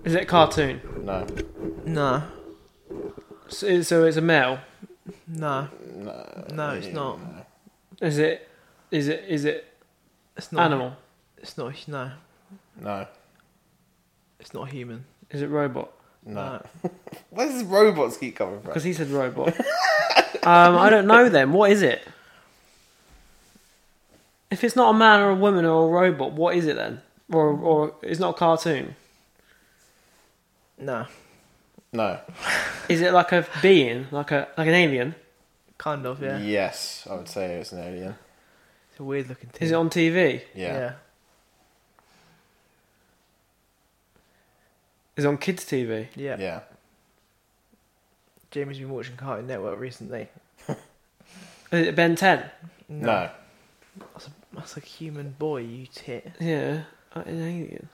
S1: Is it a cartoon?
S2: No.
S3: No.
S1: So, so it's a male.
S3: No.
S2: No.
S3: No, it's
S2: yeah,
S3: not.
S2: no.
S1: Is it? Is it? Is it
S3: It's not.
S1: animal?
S3: It's not. hu- No.
S2: No.
S3: It's not human.
S1: Is it robot?
S2: No. Where does robots keep coming from?
S1: Because he said robot. um, I don't know. Then what is it? If it's not a man or a woman or a robot, what is it then? Or or it's not a cartoon.
S3: No.
S2: No.
S1: Is it like a being, like a like an alien?
S3: Kind of. Yeah.
S2: Yes, I would say it's an alien.
S3: It's a weird looking thing.
S1: Is it on TV?
S2: Yeah.
S1: Is it on kids' TV?
S3: Yeah. yeah.
S2: Yeah.
S3: Jamie's been watching Cartoon Network recently.
S1: Is it Ben Ten?
S2: No.
S3: That's a, that's a human boy, you tit.
S1: Yeah, uh, an alien.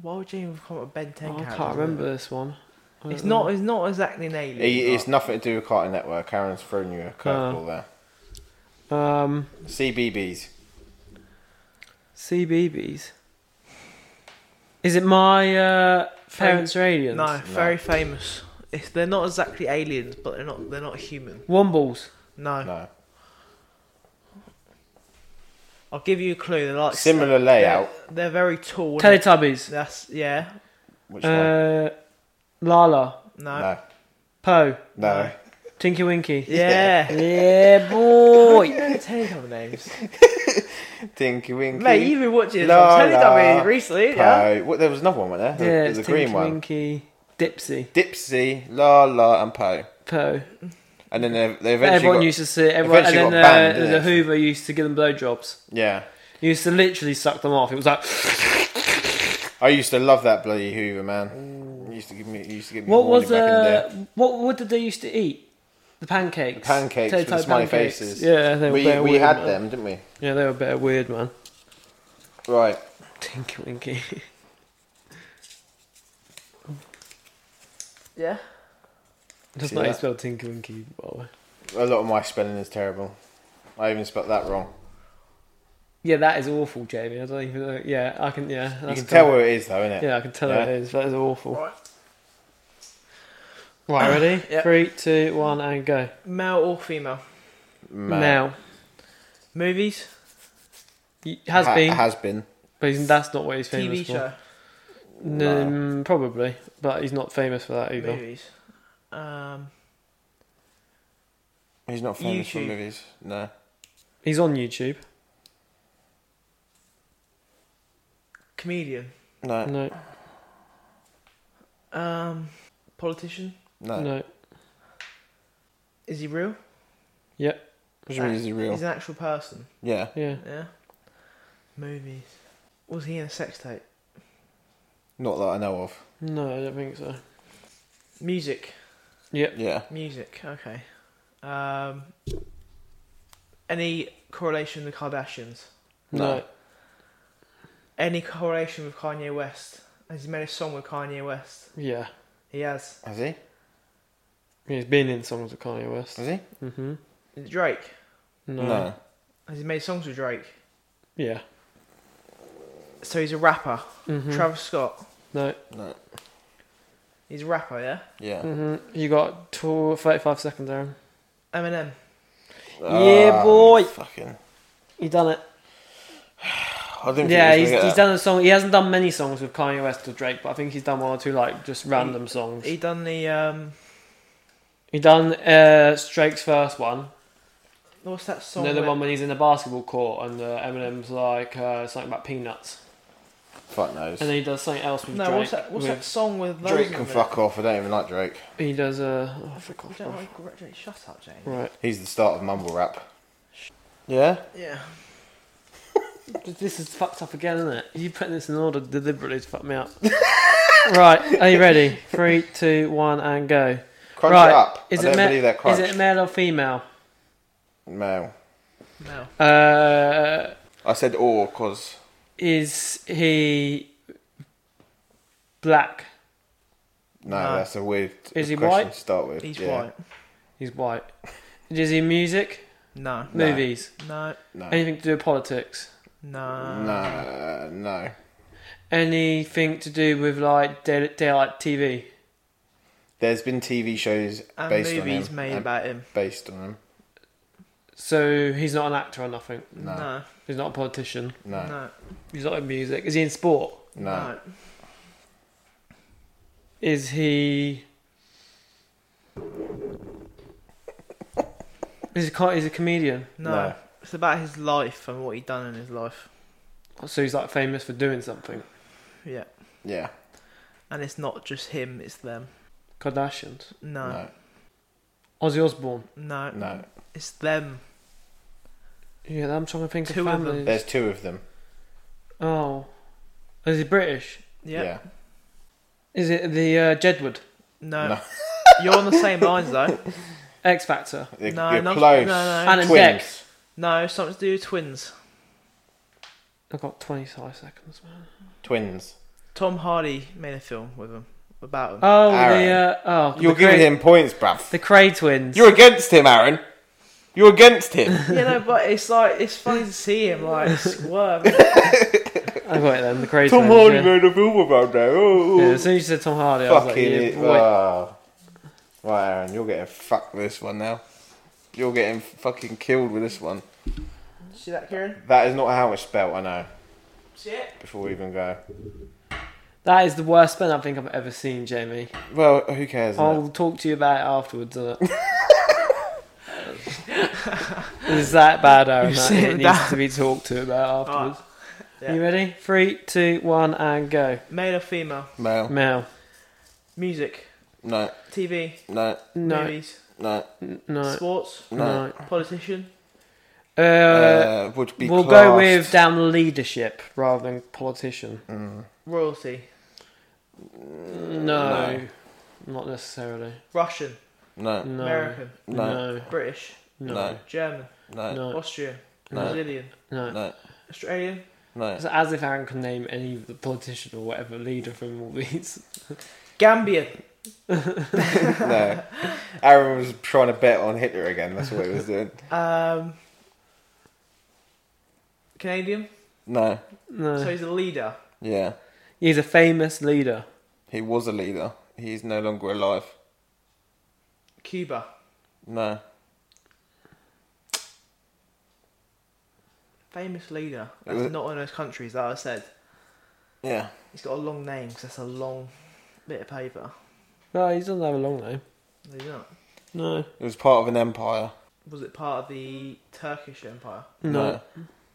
S3: Why would Jamie have come up with Ben 10
S1: Oh, I
S3: characters?
S1: can't remember this one. I don't
S3: It's
S1: know.
S3: not, it's not exactly an alien.
S2: It- it's nothing to do with Cartoon Network. Karen's throwing
S1: Uh.
S2: you a curveball there.
S1: Um,
S2: CBBS.
S1: CBBS. Is it my uh, parents' aliens?
S3: no, very famous. It's, they're not exactly aliens, but they're not they're not human.
S1: Wombles. Uh,
S3: No.
S2: No.
S3: I'll give you a clue. They're like
S2: Similar layout.
S3: They're, they're very tall. and
S1: Teletubbies.
S3: That's yeah.
S2: Which one?
S1: Uh, Lala.
S3: No.
S2: No.
S1: Poe.
S2: No.
S1: Tinky Winky.
S3: Yeah.
S1: Yeah, boy.
S3: Teletubby names.
S2: Tinky Winky.
S3: Mate, you've been watching
S2: La,
S3: some Teletubby
S2: la,
S3: recently, yeah?
S2: Poe. What, there was another one, wasn't there?
S1: Yeah,
S2: There was
S1: it's
S2: a
S1: Tinky
S2: green one.
S1: Winky. Dipsy.
S2: Dipsy, La La, and Poe.
S1: Poe.
S2: And then they, they eventually
S1: Everyone
S2: got,
S1: used to see it. Everyone, and
S2: eventually
S1: then
S2: got banned,
S1: uh,
S2: didn't
S1: the
S2: it?
S1: Hoover used to give them blowjobs.
S2: Yeah.
S1: He used to literally suck them off. It was like,
S2: I used to love that bloody Hoover man. He used to give me. he used to give me.
S1: what
S2: horny
S1: was
S2: back in the day.
S1: uh, what what did they used to eat? The pancakes.
S2: pancakes with
S1: Potato
S2: smiley
S1: pancakes.
S2: faces?
S1: Yeah, they were
S2: we,
S1: better
S2: we
S1: weird,
S2: had
S1: man.
S2: them, didn't we?
S1: Yeah, they were better weird, man.
S2: Right.
S1: Tinky Winky.
S3: Yeah.
S1: That's
S2: See
S1: not
S2: that?
S1: how you spell Tinky Winky, by the way.
S2: A lot of my spelling is terrible. I even spelt that wrong.
S1: Yeah, that is awful, Jamie. I don't even know. Yeah, I can. Yeah, that's
S2: You can
S1: cool.
S2: tell where it is, though, innit?
S1: Yeah, I can tell
S2: Yeah.
S1: it is. That is awful.
S3: Right.
S1: Right, ready?
S3: Yeah.
S1: Three, two, one, and go.
S3: Male or female?
S2: Man.
S1: Now,
S3: Movies?
S1: Y- has
S2: Ha-
S1: been,
S2: Has been.
S1: but he's, that's not what he's famous
S3: TV
S1: for.
S3: show?
S1: No, mm, probably, but he's not famous for that either.
S3: Movies. Um,
S2: He's not famous for
S3: YouTube.
S2: movies. No.
S1: He's on YouTube.
S3: comedian.
S2: No. No.
S1: No,
S3: Um, politician.
S1: no.
S3: Is he real?
S1: Yep.
S2: Which one is he real?
S3: He's an actual person.
S2: Yeah.
S1: Yeah.
S3: Yeah. Movies. Was he in a sex tape?
S2: Not that I know of.
S1: No, I don't think so.
S3: Music.
S1: Yep.
S2: Yeah.
S3: Music. Okay. Um, any correlation with the Kardashians?
S1: No.
S2: No.
S3: Any correlation with Kanye West? Has he made a song with Kanye West?
S1: Yeah.
S3: He has.
S2: Has he?
S1: He's been in songs with Kanye West.
S2: Has he?
S1: Mm-hmm.
S3: Is it Drake.
S1: No.
S3: Has he made songs with Drake?
S1: Yeah.
S3: So he's a rapper.
S1: Mm-hmm.
S3: Travis Scott.
S1: no.
S2: No.
S3: He's a rapper, yeah?
S2: Yeah.
S1: hmm You got two, 35 seconds, Aaron.
S3: Eminem.
S1: Yeah,
S2: Ah,
S1: boy.
S2: Fucking.
S1: You done it.
S2: I didn't
S1: Yeah,
S2: think
S1: he's,
S2: he was gonna get
S1: he's
S2: that.
S1: done a song. He hasn't done many songs with Kanye West or Drake, but I think he's done one or two like just random songs.
S3: He
S1: He,
S3: done the um
S1: done uh, Drake's first one,
S3: what's that song?
S1: and then the
S3: where-
S1: one when he's in the basketball court and uh, Eminem's like uh, something about peanuts,
S2: Fuck knows.
S1: and then he does something else with
S3: No,
S1: Drake.
S3: what's that what's
S1: with-
S3: that song with loads
S2: Drake
S3: of
S2: can
S3: it?
S2: fuck off. I don't even like Drake.
S1: He does uh, oh, fuck
S3: You
S1: off,
S3: don't
S1: bro.
S3: like Drake- Drake, shut up, James.
S1: Right,
S2: He's the start of mumble rap. Yeah.
S3: Yeah.
S1: this is fucked up again, isn't it? You putting this in order deliberately to fuck me up. right, are you ready? Three, two, one, and go.
S2: Crunch
S1: right,
S2: it up.
S1: Is
S2: I
S1: it
S2: don't
S1: ma-
S2: believe that crunch.
S1: Is it male or female?
S2: Male.
S3: No.
S1: Uh,
S2: I said or because
S1: is he black?
S2: No,
S3: No.
S2: that's a weird
S1: Is he
S2: question
S1: white?
S2: to start with.
S3: He's
S2: yeah.
S3: white.
S1: He's white. Is he music?
S3: No.
S2: No.
S1: Movies?
S3: No.
S2: No.
S1: Anything to do with politics?
S3: No.
S2: No, no.
S1: Anything to do with like day- daylight TV?
S2: There's been TV shows
S3: And
S2: based
S3: movies
S2: on him.
S3: made
S2: and
S3: about him.
S2: Based on him.
S1: So he's not an actor or nothing.
S2: No.
S3: No.
S1: He's not a politician.
S2: No. No.
S3: No.
S1: He's not in music. Is he in sport?
S3: No.
S1: Is he? Is he? co- Is he a comedian?
S3: No.
S2: No.
S3: It's about his life and what he done in his life.
S1: So he's like famous for doing something.
S3: Yeah.
S2: Yeah.
S3: And it's not just him, it's them.
S1: Kardashians.
S3: No.
S2: No.
S1: Ozzy Osbourne.
S3: No.
S2: No.
S3: It's them.
S1: Yeah, I'm trying to think
S3: Two
S1: of
S3: of them.
S1: families.
S2: There's two of them.
S1: Oh, is he British?
S3: Yeah.
S2: Yeah.
S1: Is it the uh, Jedward
S3: No.
S2: No.
S3: You're on the same lines though.
S1: X Factor?
S2: You're,
S3: No,
S2: you're
S3: not-
S2: close.
S3: no, no.
S1: Alan
S2: Twins.
S1: Deck.
S3: No, something to do with twins.
S1: I've got 25 seconds, man.
S2: Twins.
S3: Tom Hardy made a film with him about him.
S1: Oh, the
S2: Aaron.
S1: uh, oh,
S2: You're
S1: the
S2: giving
S1: Cray-
S2: him points, bruv.
S1: the Cray twins.
S2: You're against him, Aaron. You're against him.
S3: you know, but it's like it's funny to see him like squirm.
S1: I got it then. The Cray
S2: Tom
S1: twins.
S2: Hardy
S1: yeah.
S2: made a film about that.
S1: Yeah,
S2: Oh,
S1: as soon as you said Tom Hardy, I was like,
S2: fucking it.
S1: yeah, boy.
S2: Oh. Right, Aaron, you're getting fucked with this one now. You're getting fucking killed with this one.
S3: see that, Kieran?
S2: That is not how it's spelt, I know.
S3: See it?
S2: Before we even go.
S1: that is the worst spin I think I've ever seen, Jamie.
S2: Well, who cares? innit?
S1: I'll talk to you about it afterwards. It is that bad, Aaron?
S3: You're
S1: That
S3: sitting
S1: it needs
S3: down.
S1: to be talked to about afterwards.
S3: yeah.
S1: You ready? Three, two, one, and go.
S3: Male or female?
S1: Oh,
S2: Male.
S1: Mel.
S3: Music,
S2: No,
S3: TV,
S2: no,
S1: No,
S3: movies,
S2: no,
S1: no,
S3: sports,
S1: no.
S2: no.
S3: politician.
S1: Uh,
S2: Uh, would be
S1: we'll go
S2: classed-
S1: with down leadership rather than politician.
S3: Royalty.
S1: No, not necessarily.
S3: Russian.
S2: No,
S1: No,
S3: American.
S1: no,
S3: British.
S1: no,
S2: No.
S3: German.
S2: no, no,
S1: no,
S3: Austrian.
S2: No.
S3: Brazilian.
S1: no.
S2: no,
S3: Australian.
S2: no.
S1: It's as if Aaron can name any of the politician or whatever leader from all these.
S3: Gambian.
S2: no. Aaron was trying to bet on Hitler again. That's what he was doing.
S3: Um, Canadian.
S2: No.
S1: No,
S3: So he's a leader.
S2: Yeah.
S1: he's a famous leader.
S2: He was a leader. He's no longer alive.
S3: Cuba.
S2: No.
S3: Famous leader.
S2: It was-
S1: Uh.
S3: That's not one of those countries that I said.
S2: Yeah.
S3: He's got a long name because that's a long bit of paper.
S1: No, he doesn't have a long name.
S3: No, he's not.
S1: No,
S2: It was part of an empire.
S3: Was it part of the Turkish Empire?
S1: no.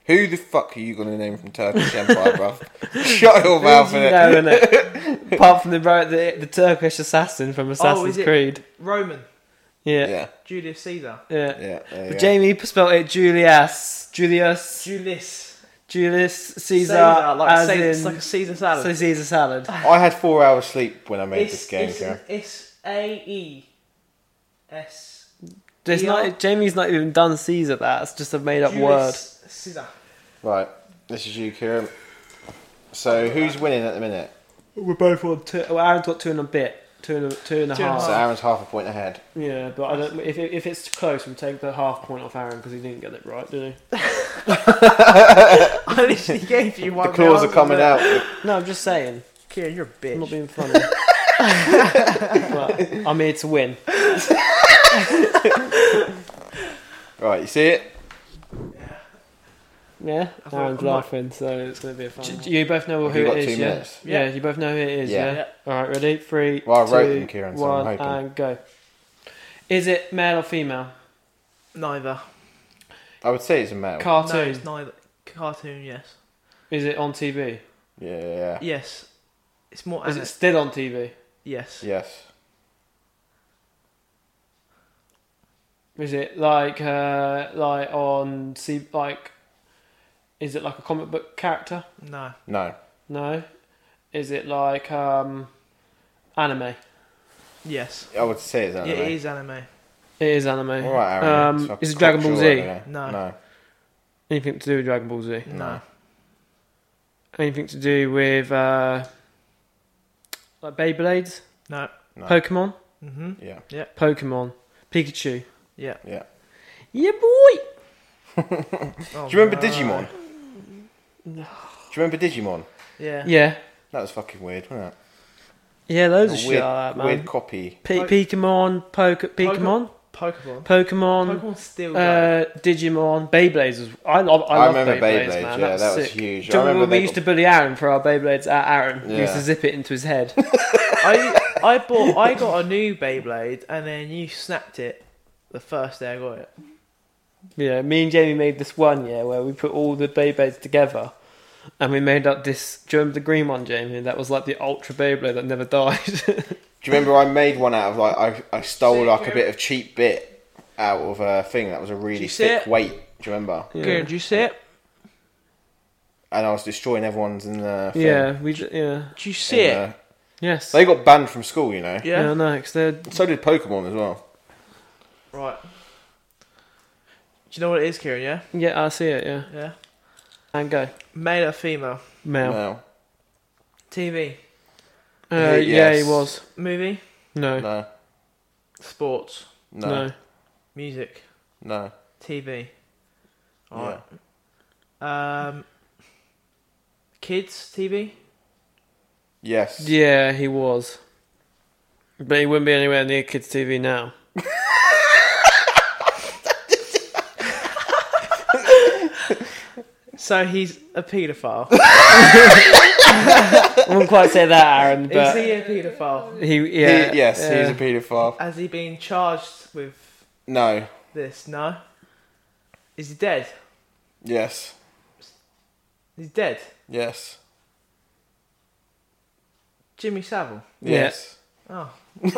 S2: Who the fuck are you going to name from Turkish Empire, bruv? Shut your mouth
S1: Who do
S2: in
S1: you
S2: it.
S1: know, innit? Apart from the, bro- the the Turkish assassin from Assassin's
S3: it-
S1: Creed.
S3: Roman.
S1: Yeah, yeah.
S2: Oh, Yeah.
S3: Julius Caesar.
S2: Yeah. There you
S1: But
S2: go.
S1: Jamie spelled it Julius, Julius,
S3: Julius.
S1: Julius Caesar,
S3: uh, like,
S1: as
S3: Caesar,
S1: in
S3: it's like a Caesar salad. Ah,
S1: so Caesar salad.
S2: I had four hours sleep when I made
S3: It's-
S2: this game.
S3: it's-
S2: Karen.
S3: It's A E S.
S1: It's not, Jamie's not even done Caesar. That it's just a made up word.
S3: Julius Caesar.
S2: Right. This is you, Kieran. So who's winning at the minute?
S1: We're both on two. Well, Aaron's got two and a bit, two and a, two and a
S3: Two and a
S1: half.
S2: So Aaron's half a point ahead.
S1: Yeah, but I don't, if if it's close, we'll take the half point off Aaron because he didn't get it right, did he?
S3: I literally gave you one.
S2: The claws are
S3: answer,
S2: coming
S3: but-
S2: out.
S1: No, I'm just saying.
S3: Kieran, you're a
S1: I'm not
S3: bitch.
S1: being funny. but I'm here to win.
S2: Right, you see it?
S1: Yeah,
S3: thought-
S1: Aaron's
S3: I'm not-
S1: laughing, so it's gonna be a fun. Do you both know who
S2: You've got
S1: it
S2: two
S1: is? Yeah?
S2: minutes.
S1: yeah,
S3: Yeah.
S1: you both know who it is.
S2: Yeah.
S1: Yeah.
S3: Yeah.
S1: All right, ready? Three,
S2: Well, I wrote
S1: two,
S2: them, Kieran, so I'm
S1: one,
S2: hoping.
S1: and go. Is it male or female?
S3: Neither.
S2: I would say it's a male.
S3: No,
S1: Cartoon.
S3: it's neither. Cartoon, yes.
S1: Is it on TV?
S2: yeah.
S3: Yes. It's more.
S1: Is
S3: ani-
S1: it still on TV?
S3: yes.
S2: Yes.
S1: Is it like uh, like on C like? Is it like a comic book character?
S3: No.
S2: No.
S1: No. Is it like um, anime?
S3: Yes.
S2: I would say it's anime.
S3: It is anime.
S1: It is anime.
S2: All right, Aaron.
S1: Um,
S2: it's
S1: is it
S2: fucking
S1: Dragon Ball
S2: cocksure,
S1: Z?
S2: anyway.
S3: No.
S2: No.
S1: Anything to do with Dragon Ball Z?
S3: No.
S1: Anything to do with uh, like Beyblades?
S3: No.
S2: No.
S1: Pokemon,
S3: Mm-hmm.
S2: Yeah,
S1: Pokemon, Pikachu.
S3: Yeah.
S2: yeah.
S1: Yeah, boy.
S3: Oh,
S2: Do you remember
S3: no.
S2: Digimon? Do you remember Digimon?
S3: Yeah.
S1: Yeah,
S2: That was fucking weird, wasn't it?
S1: yeah. Loads
S2: A
S1: of
S2: weird,
S1: shit like that, man.
S2: weird copy.
S1: P-
S3: Poke-
S1: Pokemon, Poke- Pokemon, Pokemon,
S3: Pokemon. Pokemon still go.
S1: uh, Digimon, Beyblades. Was, I love. I, love
S2: remember
S1: Beyblades,
S2: Beyblades,
S1: man.
S2: yeah,
S1: that was,
S2: that was
S1: sick.
S2: huge.
S1: Do you
S2: I
S1: remember
S2: remember
S1: when we
S2: they-
S1: used to bully Aaron for our Beyblades at Aaron? We used to
S2: Yeah.
S1: zip it into his head.
S3: I I bought I got a new Beyblade and then you snapped it the first day I got it.
S1: Yeah, me and Jamie made this one, yeah, where we put all the Beyblades together and we made up this. Do you remember the green one, Jamie? That was like the Ultra Beyblade that never died.
S2: Do you remember I made one out of like I, I stole
S3: See,
S2: like a
S3: yeah.
S2: bit of cheap bit out of a thing that was a really
S3: you see
S2: thick
S3: it?
S2: weight. Do you remember?
S1: Yeah.
S3: Good, you see it?
S2: And I was destroying everyone's in the thing.
S1: yeah, we. d- Yeah.
S3: Do you see
S2: In,
S3: it?
S2: uh,
S1: Yes.
S2: they got banned from school, you know.
S1: yeah,
S3: Yeah.
S1: no, no, 'cause they're.
S2: So did Pokemon as well.
S3: Right. Do you know what it is, Kieran? Yeah.
S1: Yeah, I see it, yeah.
S3: Yeah.
S1: And go.
S3: Male or female?
S1: Male.
S2: No,
S3: TV,
S1: Uh, Yeah, he
S2: Yes.
S1: was.
S3: movie,
S1: No. No.
S2: no,
S3: sports,
S2: no, no.
S3: music, TV.
S2: Yeah.
S3: Alright. Um. Kids TV.
S2: Yes.
S1: Yeah, he was. But he wouldn't be anywhere near kids' TV now.
S3: So he's a paedophile.
S1: I wouldn't quite say that, Aaron,
S3: is
S1: but.
S3: he a paedophile?
S1: He,
S2: He-
S1: yeah.
S2: yes, he's
S1: yeah.
S2: a paedophile.
S3: Has he been charged with
S2: No.
S3: this? No. Is he dead?
S2: Yes.
S3: He's dead.
S2: Yes.
S3: Jimmy Savile.
S1: Yeah.
S2: Yes.
S3: Oh. I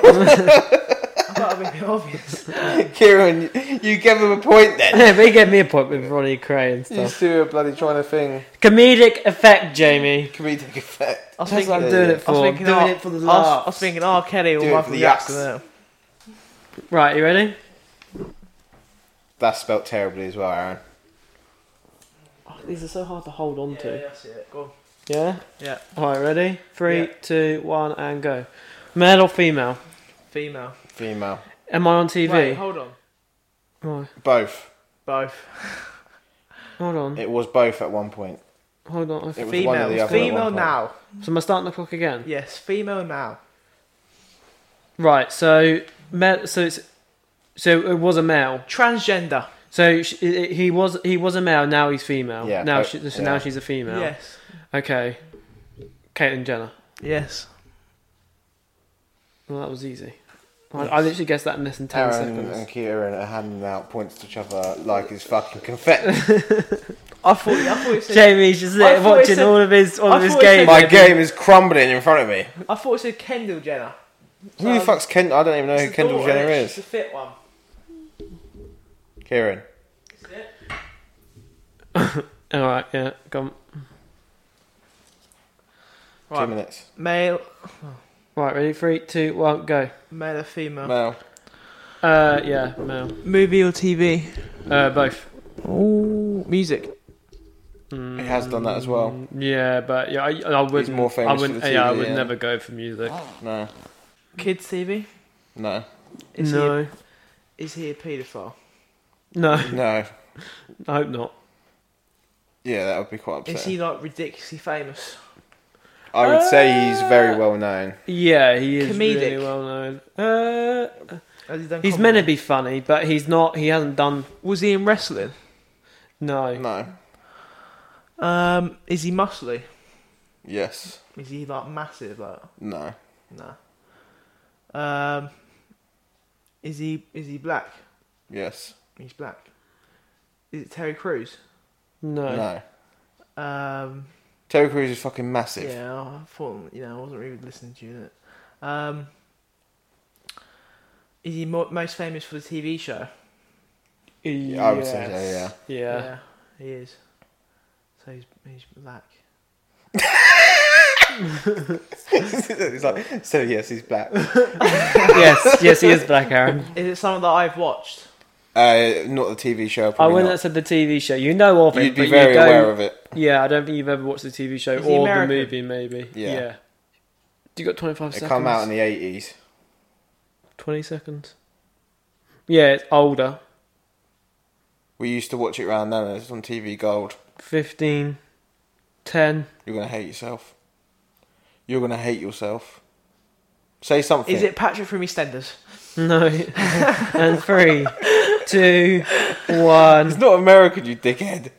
S3: thought it'd be obvious.
S2: Kieran, you gave him a point then.
S1: but he gave me a point with Ronnie Cray and
S2: You
S1: stuff.
S2: two are bloody trying to thing
S1: Comedic effect, Jamie.
S2: comedic effect.
S3: I was
S1: That's
S3: thinking,
S1: what
S3: I
S1: I'm
S2: yeah,
S1: doing
S2: yeah.
S1: it for.
S3: was thinking,
S1: doing
S3: R-
S1: it for the
S3: I was- I
S1: laughs.
S3: was thinking R. Kelly or
S2: Do it for
S3: Michael
S2: the
S3: Jackson.
S2: yucks.
S3: innit?
S1: Right, you ready?
S2: That's spelt terribly as well, Aaron.
S1: these are so hard to hold on
S3: Yeah,
S1: to.
S3: that's it. Go on.
S1: Yeah?
S3: Yeah.
S1: Alright, ready? Three,
S3: Yeah.
S1: two, one, and go. Male or female?
S3: Female.
S2: Female.
S1: Am I on TV?
S3: Wait, hold on.
S1: Right,
S2: Both.
S3: Both.
S1: hold on.
S2: It was both at one point.
S1: Hold on.
S2: It was one or the
S3: Female.
S2: other at
S3: Female
S2: one point.
S3: now.
S1: So am I starting the clock again?
S3: Yes, female now.
S1: Right, so male, so it's so it was a male.
S3: Transgender.
S1: So sh- i- i- he was he was a male. Now he's female.
S2: Yeah,
S1: Now
S2: but-
S1: she, so
S2: yeah.
S1: now she's a female.
S3: Yes.
S1: Okay. Caitlyn Jenner.
S3: Yes.
S1: Well, that was easy. I, I literally guessed that in less than ten
S2: Aaron
S1: seconds.
S2: and Kieran are handing out points to each other like it's fucking confetti.
S3: I thought. I thought it said.
S1: Jamie's just
S3: I
S1: there
S3: thought it
S1: watching
S3: said-
S1: all of his all
S3: I
S1: of his
S3: thought it said-
S1: games.
S2: My game is crumbling in front of me.
S3: I thought it said Kendall Jenner.
S2: Who the fuck's Kendall? I don't even know who
S3: It's the
S2: Oh, Kendall
S3: daughter,
S2: Jenner
S3: innit? She's
S2: is.
S3: the fit one.
S2: Kieran.
S1: All right, yeah, come.
S2: Two
S3: Right.
S2: minutes.
S3: Male.
S1: Right, ready? Three, two, one, go.
S3: Male or female?
S2: Male.
S1: Uh, yeah, male.
S3: Movie or TV?
S1: Uh, both.
S3: Ooh, music.
S2: He has done that as well.
S1: Mm. Yeah, but yeah, I, I wouldn't.
S2: more famous
S1: I
S2: for
S1: wouldn't.
S2: the
S1: yeah, I
S2: TV,
S1: would
S2: yeah.
S1: never go for music.
S2: No.
S3: Kids TV.
S2: No.
S3: Is
S1: no,
S3: He, is he a paedophile?
S1: no,
S2: No.
S1: I hope not.
S2: Yeah, that would be quite
S3: Is
S2: upsetting.
S3: he like ridiculously famous?
S2: I would say he's very well known.
S1: Yeah, he is
S3: Comedic.
S1: really well known. Uh,
S3: Has he done
S1: he's meant
S3: comedy?
S1: to be funny, but he's not. He hasn't done.
S3: Was he in wrestling?
S1: No,
S2: No.
S3: Um, is he muscly?
S2: Yes.
S3: Is he like massive? Like
S2: No.
S3: no. Um, is he is he black?
S2: Yes.
S3: He's black. Is it Terry Crews?
S1: no.
S2: No.
S3: Um,
S2: Terry Crews is fucking massive.
S3: yeah, I thought you know I wasn't really listening to you. innit? Um, is he mo most famous for the TV show?
S1: Yes.
S2: Yeah, I would say so,
S1: Yeah.
S3: he is. So he's he's black.
S2: it's like, so yes, he's black. uh,
S1: yes, yes, he is black, Aaron.
S3: Is it something that I've watched?
S2: Uh, not the TV show.
S1: I
S2: Probably
S1: wouldn't have
S2: not.
S1: said the TV show. You know of it,
S2: You'd be
S1: but
S2: very
S1: you don't,
S2: aware of it.
S1: Yeah, I don't think you've ever watched the TV show
S3: Is he
S1: or the
S3: American?
S1: movie, maybe.
S2: Yeah.
S1: Yeah. You got 25
S2: It
S1: seconds.
S2: come out in the eighties.
S1: 20 seconds. Yeah, it's older.
S2: We used to watch it round then. and It's on TV Gold.
S1: 15, 10.
S2: You're gonna hate yourself. You're gonna hate yourself. Say something.
S3: Is it Patrick from EastEnders?
S1: No. and three, two, one.
S2: It's not American, you dickhead.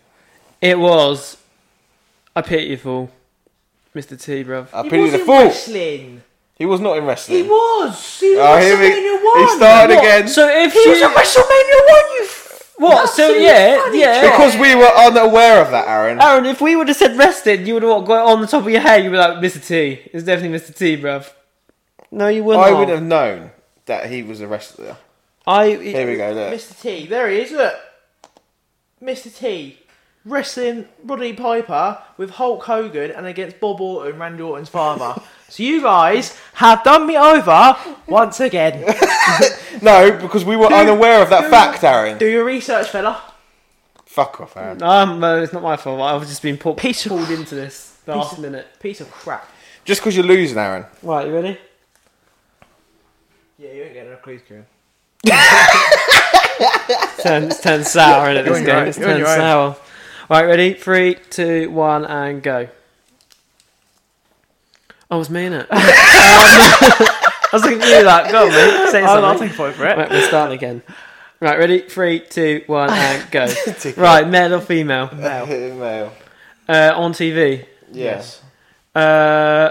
S1: It was a pitiful Mr. T, bruv.
S2: I pity the fool.
S3: wrestling.
S2: He was not in wrestling.
S3: He was. He was
S2: Oh, here we-
S3: WrestleMania one.
S2: he started
S1: What?
S2: again.
S1: So if
S3: He was
S1: you-
S3: at WrestleMania one. You. F-
S1: What? So
S3: absolute
S1: yeah,
S3: funny
S1: yeah.
S3: chick.
S2: because we were unaware of that, Aaron.
S1: Aaron, if we would have said rested, you would have got it on the top of your head. You'd be like, Mr. T. It's definitely Mr. T, bruv. No, you wouldn't.
S2: I would have known that he was a wrestler.
S1: I.
S2: Here we go. Look.
S3: Mr. Oh, T, there he is. Look, Mr. T wrestling Roddy Piper with Hulk Hogan and against Bob Orton, Randy Orton's father. so you guys have done me over once again.
S2: No, because we were unaware of that fact, Aaron.
S3: Do your research, fella.
S2: Fuck off, Aaron.
S1: Um, uh, it's not my fault. I've just been pulled,
S3: Piece of-
S1: pulled into this last minute.
S3: Piece of crap.
S2: Just because you're losing, Aaron.
S1: Right, you ready?
S3: Yeah, you ain't getting a clue, Kieran.
S1: Ten, it's ten sour in it.
S3: You're
S1: This
S3: on
S1: game.
S3: your own.
S1: It's
S3: You're on
S1: ten
S3: your own.
S1: sour. Right, ready? Three, two, one, and go. Oh, it's me in it. I was looking at you like, go on, mate. Say
S3: I'll, I'll
S1: something.
S3: take five for it.
S1: Right, we're starting again. Right, ready? Three, two, one, and go. right, male or female?
S3: Now.
S2: Male.
S1: Uh, on TV.
S2: Yes.
S1: Uh,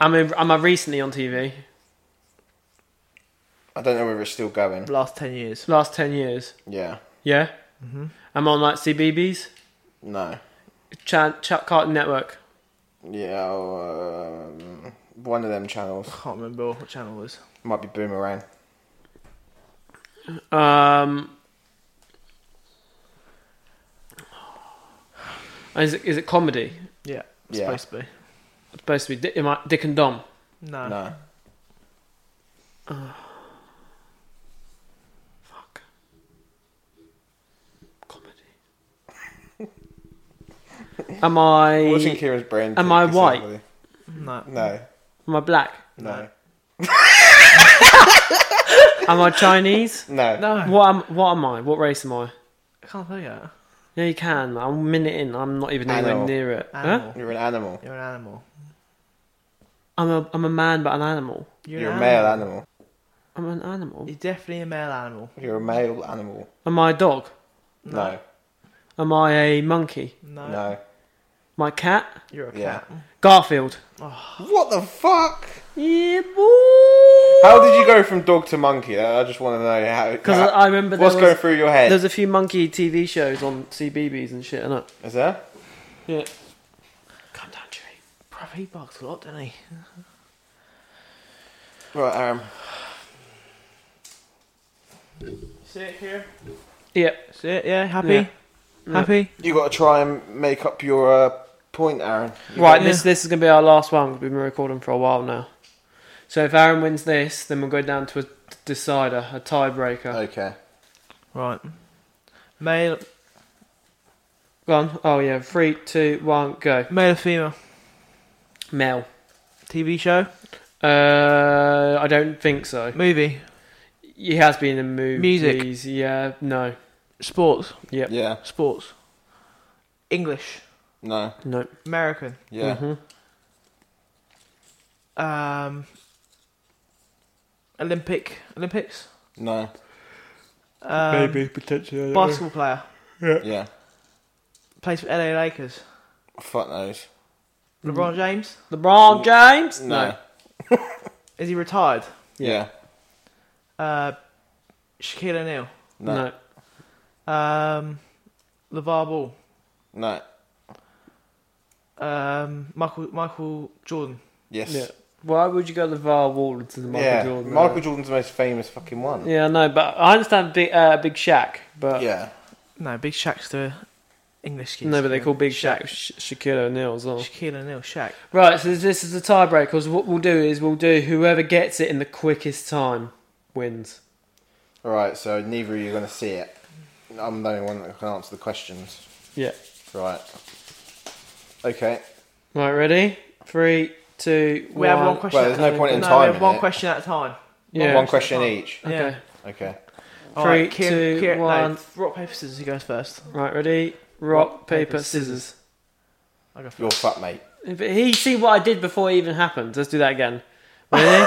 S1: I mean, am I recently on TV?
S2: I don't know whether it's still going.
S3: Last ten years.
S1: Last ten years.
S2: Yeah.
S1: Yeah.
S3: Mm-hmm.
S1: I'm on like CBBS,
S2: No.
S1: Chat, Chat Cartoon Network.
S2: Yeah. Um, one of them channels
S3: Can't remember what channel it was.
S2: might be Boomerang.
S1: Um, is it is it comedy?
S3: Yeah. It's
S2: Yeah.
S3: supposed to be.
S1: It's supposed to be Dick, am I- Dick and Dom.
S3: No.
S2: No.
S1: Fuck. Comedy. am
S2: Watching
S1: I
S2: Kieran's brain.
S1: Am
S2: tick
S1: I
S2: is
S1: white?
S2: lovely.
S3: No.
S2: No.
S1: am I black?
S2: No.
S1: Am I Chinese?
S2: No.
S3: No.
S1: what am what am I? What race am I?
S3: I can't tell you. that.
S1: Yeah, you can. I'm a minute in. I'm not even anywhere
S2: Animal.
S1: near it. Huh?
S3: Animal.
S2: You're an animal.
S3: You're an animal.
S1: I'm a I'm a man, but an animal.
S3: You're,
S2: You're,
S3: an
S2: a male animal.
S3: animal.
S1: I'm an animal.
S3: You're definitely a male animal.
S2: You're a male animal.
S1: Am I a dog?
S2: No.
S1: Am I a monkey?
S3: No.
S2: No.
S1: My cat?
S3: You're a
S2: Yeah.
S3: cat.
S1: Garfield.
S2: What the fuck?
S1: Yeah,
S2: How did you go from dog to monkey? I I just want to know how.
S1: Because
S2: how-
S1: I remember there
S2: what's
S1: was,
S2: going through your head.
S1: there was a few monkey TV shows on CBBS and shit, innit?
S2: Is there?
S1: Yeah. Calm down, Tree.
S3: Bruv, he barks a lot, doesn't he?
S2: Right, Aaron.
S3: See it here.
S1: Yeah.
S3: See it? Yeah. Happy.
S1: Yeah.
S3: Happy.
S2: You got to try and make up your uh, point, Aaron.
S1: Right,
S3: Yeah.
S1: this this is gonna be our last one. 'cause We've been recording for a while now. So if Aaron wins this, then we'll go down to a decider, a tiebreaker.
S2: Okay.
S3: Right. Male.
S1: Go on. Oh yeah, three, two, one, go.
S3: Male or female?
S1: Mel.
S3: TV show.
S1: Uh, I don't think so.
S3: Movie.
S1: He has been in movies.
S3: Music.
S1: Yeah. No.
S3: Sports.
S1: Yep.
S2: Yeah.
S3: Sports. English.
S2: No.
S1: No.
S3: American.
S2: Yeah.
S1: Mhm.
S3: Um. Olympic. Olympics.
S2: No.
S3: Um,
S1: potentially.
S3: Basketball player.
S2: Yeah.
S3: Plays for LA Lakers.
S2: Fuck knows.
S3: LeBron James.
S1: LeBron James.
S2: No.
S3: Is he retired?
S2: Yeah.
S3: Uh. Shaquille O'Neal.
S1: No.
S2: No.
S3: Um. LeVar Ball.
S2: No.
S3: Um, Michael Michael Jordan.
S2: Yes.
S1: Yeah. Why would you go to VAR Wall to the Michael
S2: yeah.
S1: Jordan? uh,
S2: Michael Jordan's the most famous fucking one.
S1: Yeah, no, but I understand Big uh, Big Shaq, but
S2: Yeah.
S3: No, Big Shaq's the English kid.
S1: no, but they call Big Shaq Sh- Shaquille O'Neal as well.
S3: Shaquille O'Neal, Shaq.
S1: Right, so this is a tiebreaker. Because what we'll do is we'll do whoever gets it in the quickest time wins.
S2: All right. So neither of you are going to see it. I'm the only one that can answer the questions.
S1: Yeah.
S2: Right. Okay.
S1: Right, ready? Three, two,
S3: We have one
S1: one.
S3: question.
S2: Well, there's
S3: at a
S2: no point in
S3: no,
S2: time,
S3: We have one
S2: innit?
S3: question at a time.
S1: Yeah.
S2: One question each.
S3: Yeah.
S1: Okay.
S2: Okay.
S1: Three,
S3: Alright,
S1: two,
S3: Kieran-
S1: one.
S3: Kieran- no, rock paper scissors. Who goes first?
S1: Right, ready? Rock, paper, scissors.
S3: I go first.
S2: You're fat, mate.
S1: If he see what I did before it even happened. Let's do that again. Really?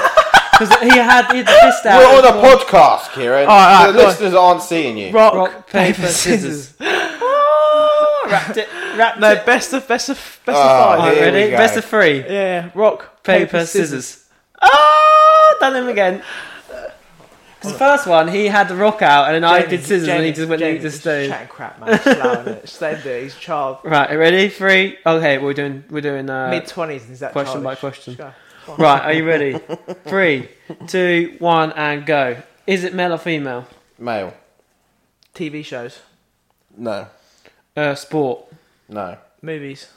S1: Because he had, he had the fist out.
S2: We're on a podcast, Kieran.
S3: All right, all right,
S2: the
S3: go on.
S2: listeners aren't seeing you.
S3: Rock,
S1: Rock, paper, scissors. wrapped it. Wrapped
S3: Ah, no,
S1: it.
S3: best of best of best
S2: Ah,
S3: of five.
S1: Right,
S2: Here we
S1: ready?
S2: go.
S1: Best of three.
S3: Yeah, yeah. Rock,
S1: Paper, scissors. Ah, done him again. 'Cause the first one, he had the rock out, and then I
S3: Jamie,
S1: did scissors, and he
S3: Jamie,
S1: just went
S3: Jamie,
S1: and just
S3: you're
S1: stone.
S3: chatting crap, man. Just allowing it. Just let him do it. He's a child.
S1: Right, ready? Three. Okay, we're doing we're doing uh,
S3: Mid twenties. Is that
S1: question by
S3: childish?
S1: question.
S3: Just go.
S1: Right, are you ready? Three, two, one, and go. Is it male or female?
S2: Male.
S3: TV shows,
S2: No.
S1: Uh, sport.
S2: No.
S3: movies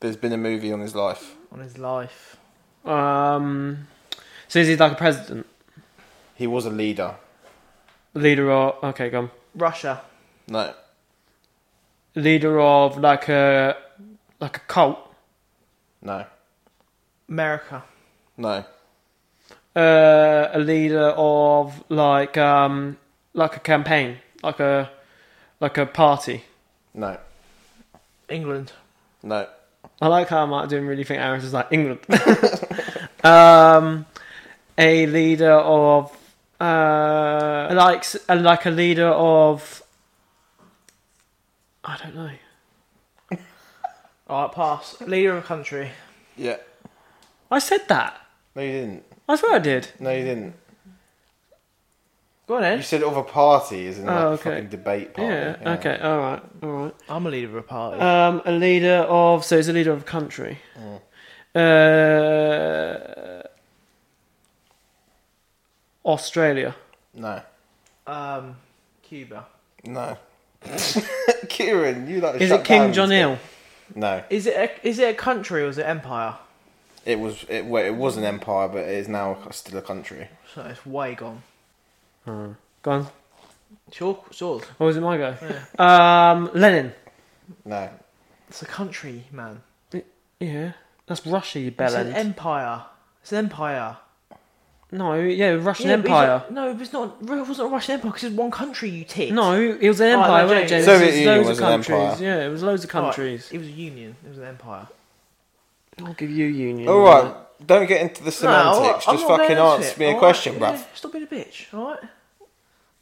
S2: There's been a movie on his life.
S3: on his life.
S1: Um, so is he like a president,
S2: He was a leader.
S1: leader or okay, gone.
S3: Russia,
S2: No.
S1: Leader of like a like a cult.
S2: No.
S3: America,
S2: No.
S1: uh, a leader of like um like a campaign, like a like a party.
S2: No.
S3: England,
S2: No.
S1: I like how Mark didn't really think Aaron's is like England. um, a leader of uh like s- uh, like a leader of I don't know.
S3: Alright, pass. Leader of a country.
S2: Yeah.
S1: I said that.
S2: No, you didn't.
S1: I swear I did.
S2: No, you didn't.
S3: Go on,
S2: You
S3: Ed.
S2: said of a party, isn't like
S1: Oh,
S2: a
S1: okay.
S2: fucking debate party.
S1: yeah. Okay. All right. All right.
S3: I'm a leader of a party.
S1: Um, a leader of so he's a leader of a country. Uh, Australia.
S2: No.
S3: um, Cuba.
S2: No. Kieran, you like.
S1: Is
S2: shut
S1: it King
S2: down.
S1: John Il?
S2: No.
S3: Is it a, is it a country or is it empire?
S2: It was. It, well, it was an empire, but it is now still a country.
S3: So it's way gone.
S1: Hmm. Go on.
S3: It's your sword.
S1: Or was it my go? Um, Lenin.
S2: No.
S3: It's a country, man.
S1: Yeah, that's Russia. You
S3: It's an
S1: bellend.
S3: empire. It's an empire.
S1: No, yeah, Russian
S3: Yeah, but it's
S1: Empire.
S3: not- no, but it's not. It wasn't a Russian empire because it's one country. You tick.
S1: No, it was an
S3: Oh, no,
S1: empire, wasn't it, James? It
S3: James.
S2: Soviet
S1: was
S2: Union
S1: loads
S2: was
S1: of
S2: an
S1: countries.
S2: empire.
S1: Yeah, it was loads of
S3: Alright,
S1: countries.
S3: It was a union. It was an empire.
S1: I'll give you Union.
S2: All right. Don't get into the
S3: No,
S2: semantics.
S3: I'm
S2: Just fucking
S3: not going into
S2: answer
S3: it,
S2: me a
S3: alright?
S2: question, bruv.
S3: Yeah, stop being a bitch, alright?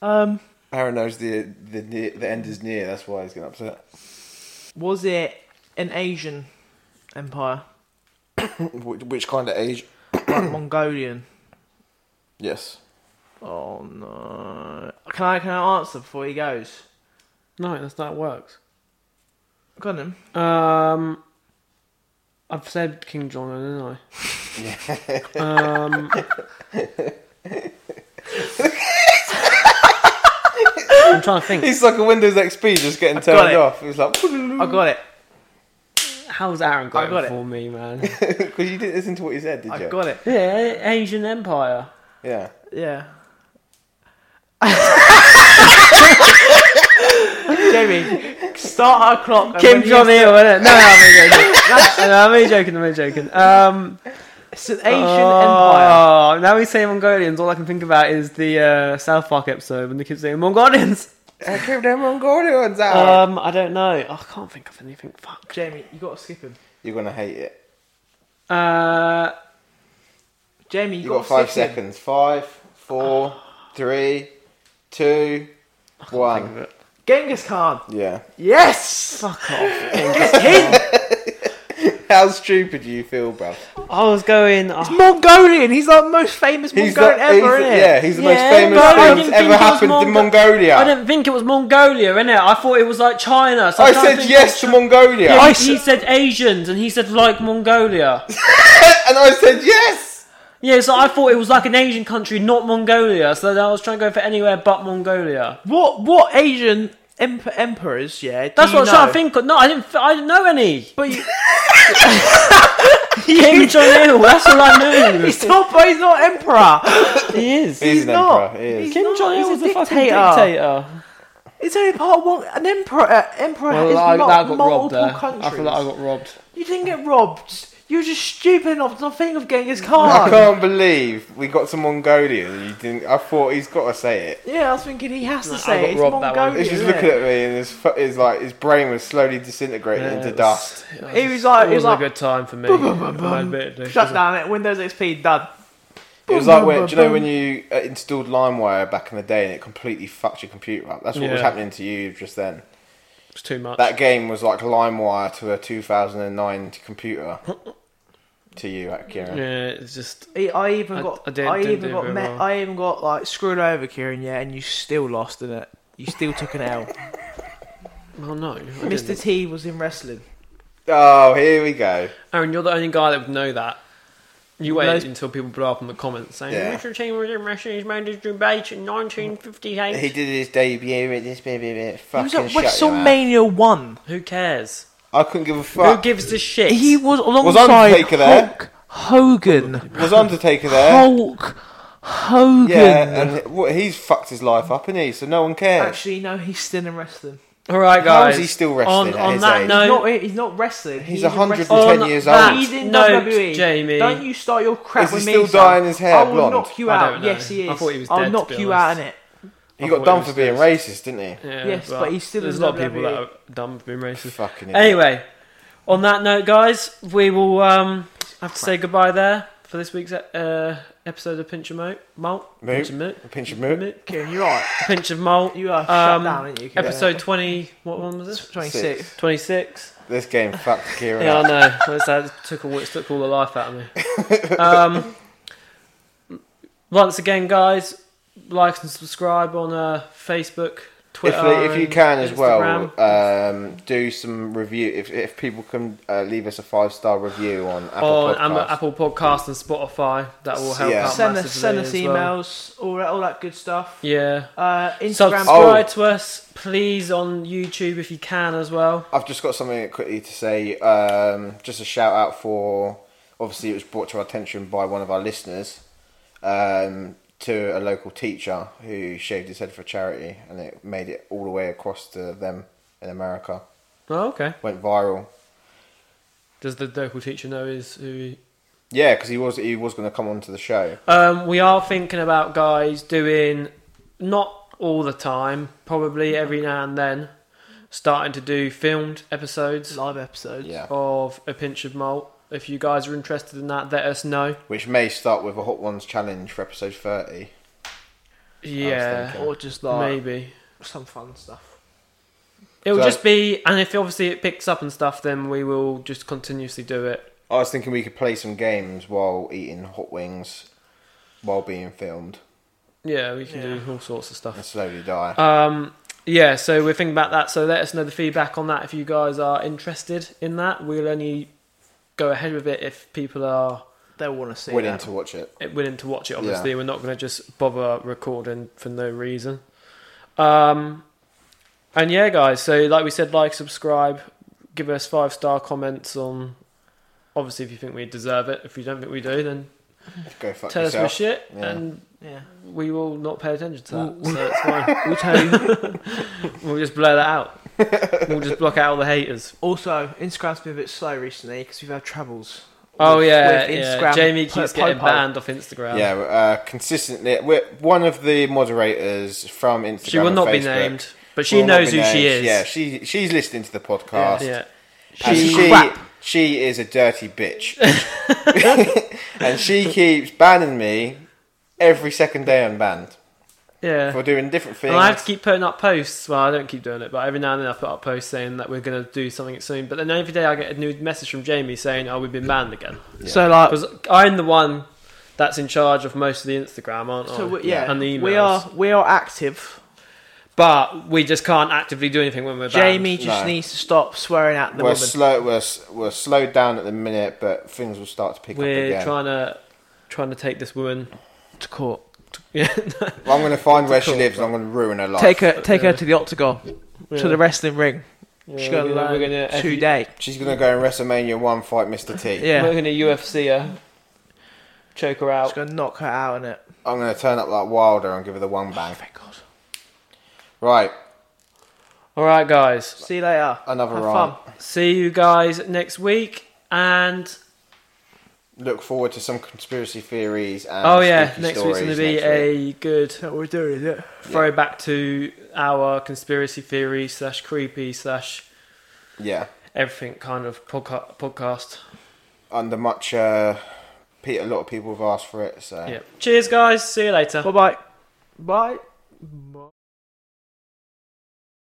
S3: Um,
S2: Aaron knows the the near- the end is near. That's why he's getting upset.
S3: was it an Asian empire,
S2: Which, which kind of age?
S3: like Mongolian?
S2: Yes.
S3: Oh no! Can I can I answer before he goes?
S1: No, that's not how it works.
S3: Got him.
S1: Um, I've said King John, didn't I? um, I'm trying to think.
S2: He's like a Windows XP just getting
S3: got
S2: turned
S3: it.
S2: off. He's like
S3: I got it.
S1: How's Aaron going
S3: got it.
S1: for me, man?
S2: because you didn't listen to what he said, did you?
S3: I got it.
S1: yeah, Asian Empire.
S2: Yeah.
S3: Yeah. Jamie, start our clock. and
S1: Kim
S3: when you-
S1: Jong Il, innit? No, no, I'm only joking. no, I'm only joking. I'm only joking. Um,
S3: It's an Asian
S2: Uh,
S3: empire.
S1: oh, Now we say Mongolians. All I can think about is the uh, South Park episode when they keep saying Mongolians.
S2: I kept them ah. Mongolians
S3: Oh,
S2: out.
S1: Um, I don't know. I can't think of anything. Fuck.
S3: Jamie, you gotta skip him.
S2: You're gonna hate it.
S1: Uh,
S3: Jamie, you,
S2: You
S3: gotta
S2: got five
S3: skip him.
S2: seconds. Five, four, three, two, one.
S3: Genghis Khan.
S2: Yeah.
S3: Yes.
S1: fuck off.
S2: How stupid do you feel, bruv?
S1: I was going. oh,
S3: Mongolian. He's like the most famous Mongolian
S2: the,
S3: ever,
S2: he's,
S3: isn't he?
S2: yeah, he's the most
S1: Yeah,
S2: famous
S1: but I
S2: thing
S1: didn't
S2: that's
S1: think
S2: ever
S1: it was
S2: happened
S1: Mongo-
S2: in Mongolia.
S1: I didn't think it was Mongolia, innit? I thought it was like China. So
S2: I
S1: don't
S2: said
S1: think-
S2: yes to Mongolia,
S1: Yeah,
S3: I
S1: he-
S3: s-
S1: he said Asians, and he said like Mongolia.
S2: and I said yes.
S1: yeah, so I thought it was like an Asian country, not Mongolia. So then I was trying to go for anywhere but Mongolia.
S3: What what Asian emp- emperors? Yeah, do
S1: That's
S3: you
S1: what I was trying
S3: know?
S1: to think. Of. No, I didn't. f- I didn't know any.
S3: But you,
S1: Kim Jong Il. That's all I knew.
S3: he's not. But he's not emperor.
S1: he is.
S2: He's, an
S3: not.
S2: emperor. He is.
S1: Kim
S3: not.
S1: Jong
S3: He's
S1: Il
S3: a
S1: was a fucking
S3: dictator.
S1: dictator.
S3: It's only part of one. An emperor. Uh, emperor
S1: Well,
S3: is
S1: I,
S3: mul-
S1: that got robbed
S3: multiple
S1: there.
S3: countries.
S1: I feel like I got robbed.
S3: You didn't get robbed. You're just stupid enough to not think of getting his
S2: I
S3: card.
S2: can't believe we got to Mongolia and you didn't. I thought he's got to say it.
S3: Yeah, I was thinking he has to
S1: No, I
S3: say
S1: got
S3: it. it's
S1: robbed that one.
S3: Mongolia.
S2: He's just
S3: isn't
S2: looking
S3: it?
S2: at me and his, fu- his like his brain was slowly disintegrating
S1: Yeah,
S2: into
S1: it was-
S2: dust.
S1: it
S3: He was like-
S1: it
S3: he
S1: wasn't
S3: was
S1: a
S3: like,
S1: good time for me. Admittedly.
S3: Shut down it. Windows XP done.
S2: It was like when do you know when you uh, installed LimeWire back in the day and it completely fucked your computer up. That's what was
S1: Yeah.
S2: happening to you just then.
S1: It's too much.
S2: That game was like LimeWire to a 2009 computer. to you, Akira.
S1: yeah, it's just
S3: I- I even
S1: I-
S3: got.
S1: I
S3: I,
S1: didn't- didn't
S3: even
S1: do
S3: got.
S1: very
S3: Me-
S1: well.
S3: I even got like screwed over, Kieran. Yeah, and you still lost in it. You still took an L.
S1: oh no, I
S3: Mr.
S1: didn't.
S3: T was in wrestling.
S2: Oh, here we go.
S1: Aaron, you're the only guy that would know that. You wait
S3: Those-
S1: until people blow up in the comments saying
S2: Yeah.
S1: Mr. T was in Russia's Mandarin debate in 1958.
S2: He did his debut at this bit, bit, bit.
S3: He
S2: Fucking
S3: was at
S2: shut your mouth.
S3: WrestleMania one.
S1: Who cares?
S2: I couldn't give a
S1: Who
S2: fuck.
S1: gives a shit?
S3: He was alongside
S2: Undertaker there?
S3: Hulk Hogan.
S2: was Undertaker there?
S3: Hulk Hogan.
S2: Yeah, and he- what- he's fucked his life up, isn't he? So no one cares.
S3: Actually, no, he's still in wrestling.
S1: All right,
S2: How
S1: guys.
S2: is he still
S1: On,
S2: wrestling at
S1: on
S2: his
S1: that
S2: age?
S1: note,
S3: Not, he's not wrestling.
S2: He's
S3: in
S2: 110
S3: wrestling.
S1: on
S2: years
S1: that
S2: old.
S3: He's in
S1: note,
S3: WWE.
S1: Oh, Jamie.
S3: E. Don't you start your crap
S2: Is he
S3: with me.
S2: still
S3: son.
S2: dyeing his hair
S3: I will
S2: blonde?
S3: knock you
S1: I
S3: out.
S1: don't know.
S3: Yes, he is.
S1: I thought he was
S3: I'll
S1: dead, to
S3: knock
S1: be
S3: you out
S1: honest.
S3: in it.
S2: he
S1: I
S2: got
S1: thought
S2: done
S1: he
S2: for
S1: was
S2: being
S1: just-
S2: racist, didn't he?
S1: Yeah,
S3: Yes, but he's still
S1: There's a
S3: in
S1: lot of people that
S3: WWE.
S1: are dumb for being racist.
S2: Fucking idiot.
S1: Anyway, on that note, guys, we will um, have to say goodbye there for this week's uh, episode of Pinch of Malt. Malt?
S2: Moot.
S1: Pinch of Malt.
S2: A pinch of moot.
S1: Malt?
S3: Kieran, you're right.
S1: Pinch of Malt.
S3: You are
S1: Um,
S3: shut down, aren't you? Kieran?
S1: Episode 20. What one was this?
S3: 26.
S1: 26.
S2: This game fucked Kieran
S1: Yeah, I
S2: up.
S1: know. It's- That took all, it took all the life out of me. Um, once again, guys, like and subscribe on uh, Facebook,
S2: If,
S1: Twitter.
S2: they- if you
S1: and
S2: can as
S1: Instagram.
S2: well, um, do some review. If, if people can uh, leave us a five star review on Apple
S1: on Am-
S2: Podcasts.
S1: Apple Podcast and Spotify. That will help
S2: Yeah.
S1: out
S3: Send us,
S1: massively
S3: send us
S1: as well.
S3: emails, all that, all that good stuff.
S1: Yeah.
S3: Uh, Instagram.
S1: Subscribe
S2: Oh.
S1: to us, please, on YouTube if you can as well.
S2: I've just got something quickly to say. Um, just a shout out for obviously it was brought to our attention by one of our listeners um, to a local teacher who shaved his head for charity, and it made it all the way across to them in America.
S1: Oh, okay.
S2: Went viral.
S1: Does the local teacher know is who? He...
S2: Yeah, because he was he was going to come onto the show.
S1: Um, we are thinking about guys doing not all the time, probably every now and then, starting to do filmed episodes
S3: Live episodes.
S2: Yeah,
S1: of a pinch of malt. If you guys are interested in that, let us know.
S2: which may start with a hot ones challenge for episode thirty.
S1: Yeah,
S2: thinking.
S3: Or just like
S1: maybe.
S3: some fun stuff.
S1: It'll
S2: So-
S1: just be, and if obviously it picks up and stuff, then we will just continuously do it.
S2: I was thinking we could play some games while eating hot wings, while being filmed,
S1: Yeah, we can
S3: Yeah.
S1: do all sorts of stuff.
S2: and slowly die.
S1: Um, yeah, so we're thinking about that. So let us know the feedback on that if you guys are interested in that. We'll only go ahead with it if people are
S3: They'll want to see
S2: Willing
S3: that.
S2: to watch it.
S1: willing to watch it. Obviously, we're not going to just bother recording for no reason. Um, and yeah, guys. So like we said, like, subscribe, give us five star comments on. Obviously, if you think we deserve it. If you don't think we do, then
S2: Go fuck
S1: tell
S2: yourself.
S1: us we're shit,
S2: Yeah.
S1: and
S3: Yeah.
S1: we will not pay attention to that.
S3: We'll-
S1: so it's fine.
S3: We'll tell you.
S1: We'll just blur that out. we'll just block out all the haters.
S3: Also, Instagram's been a bit slow recently because we've had troubles.
S1: Oh
S3: with-
S1: yeah,
S3: with
S1: yeah. Jamie
S3: po-
S1: keeps getting
S3: po- po-
S1: banned off Instagram.
S2: Yeah, uh, consistently. We're one of the moderators from Instagram.
S1: she will
S2: and
S1: not be
S2: Facebook
S1: named, but she
S2: will not
S1: knows
S2: be
S1: who she
S2: named.
S1: is.
S2: Yeah, she she's listening to the podcast.
S1: yeah.
S2: And
S3: She's
S2: she
S3: crap.
S2: she is a dirty bitch, and she keeps banning me every second day. I'm banned
S1: yeah.
S2: for doing different things.
S1: And I have to keep putting up posts. Well, I don't keep doing it, but every now and then I put up posts saying that we're going to do something soon. But then every day I get a new message from Jamie saying, "Oh, we've been banned again."
S3: So like,
S1: Because I'm the one that's in charge of most of the Instagram, aren't I?
S3: so we, yeah,
S1: Oh, and the emails.
S3: we are we are active.
S1: but we just can't actively do anything when we're
S3: Jamie
S1: banned.
S3: just
S2: No.
S3: needs to stop swearing at the
S2: we're
S3: woman.
S2: slow. We're, s- we're slowed down at the minute, but things will start to pick up
S1: We're
S2: again.
S1: trying to trying to take this woman
S3: to court.
S1: Yeah,
S2: I'm going to find where she
S1: Cool.
S2: lives. and I'm going to ruin her life.
S3: Take her, take
S1: yeah.
S3: her to the octagon, to the wrestling ring. She's
S1: Yeah,
S3: gonna
S1: we're gonna-
S3: learn
S1: we're gonna-
S3: today.
S2: She's going to go in WrestleMania one fight Mr T.
S3: Yeah,
S1: We're going to UFC her, uh, choke her
S3: she's
S1: out.
S3: gonna knock her out in it.
S2: I'm going to turn up like Wilder and give her the one bang.
S3: Oh, Thank God.
S2: Right,
S1: All right, guys.
S3: See you later.
S2: Another
S3: Have
S2: rant.
S3: fun.
S1: See you guys next week, and
S2: look forward to some conspiracy theories. And
S1: Oh yeah,
S2: spooky
S1: next week's gonna
S2: stories
S1: be
S2: next week.
S1: a good
S3: That's what we're doing, is it?
S1: throwback to our conspiracy theory slash creepy slash
S2: yeah
S1: everything kind of podca- podcast.
S2: under much. Uh, Pete, a lot of people have asked for it, so
S1: Yeah. Cheers, guys. See you later.
S3: Bye bye. Bye.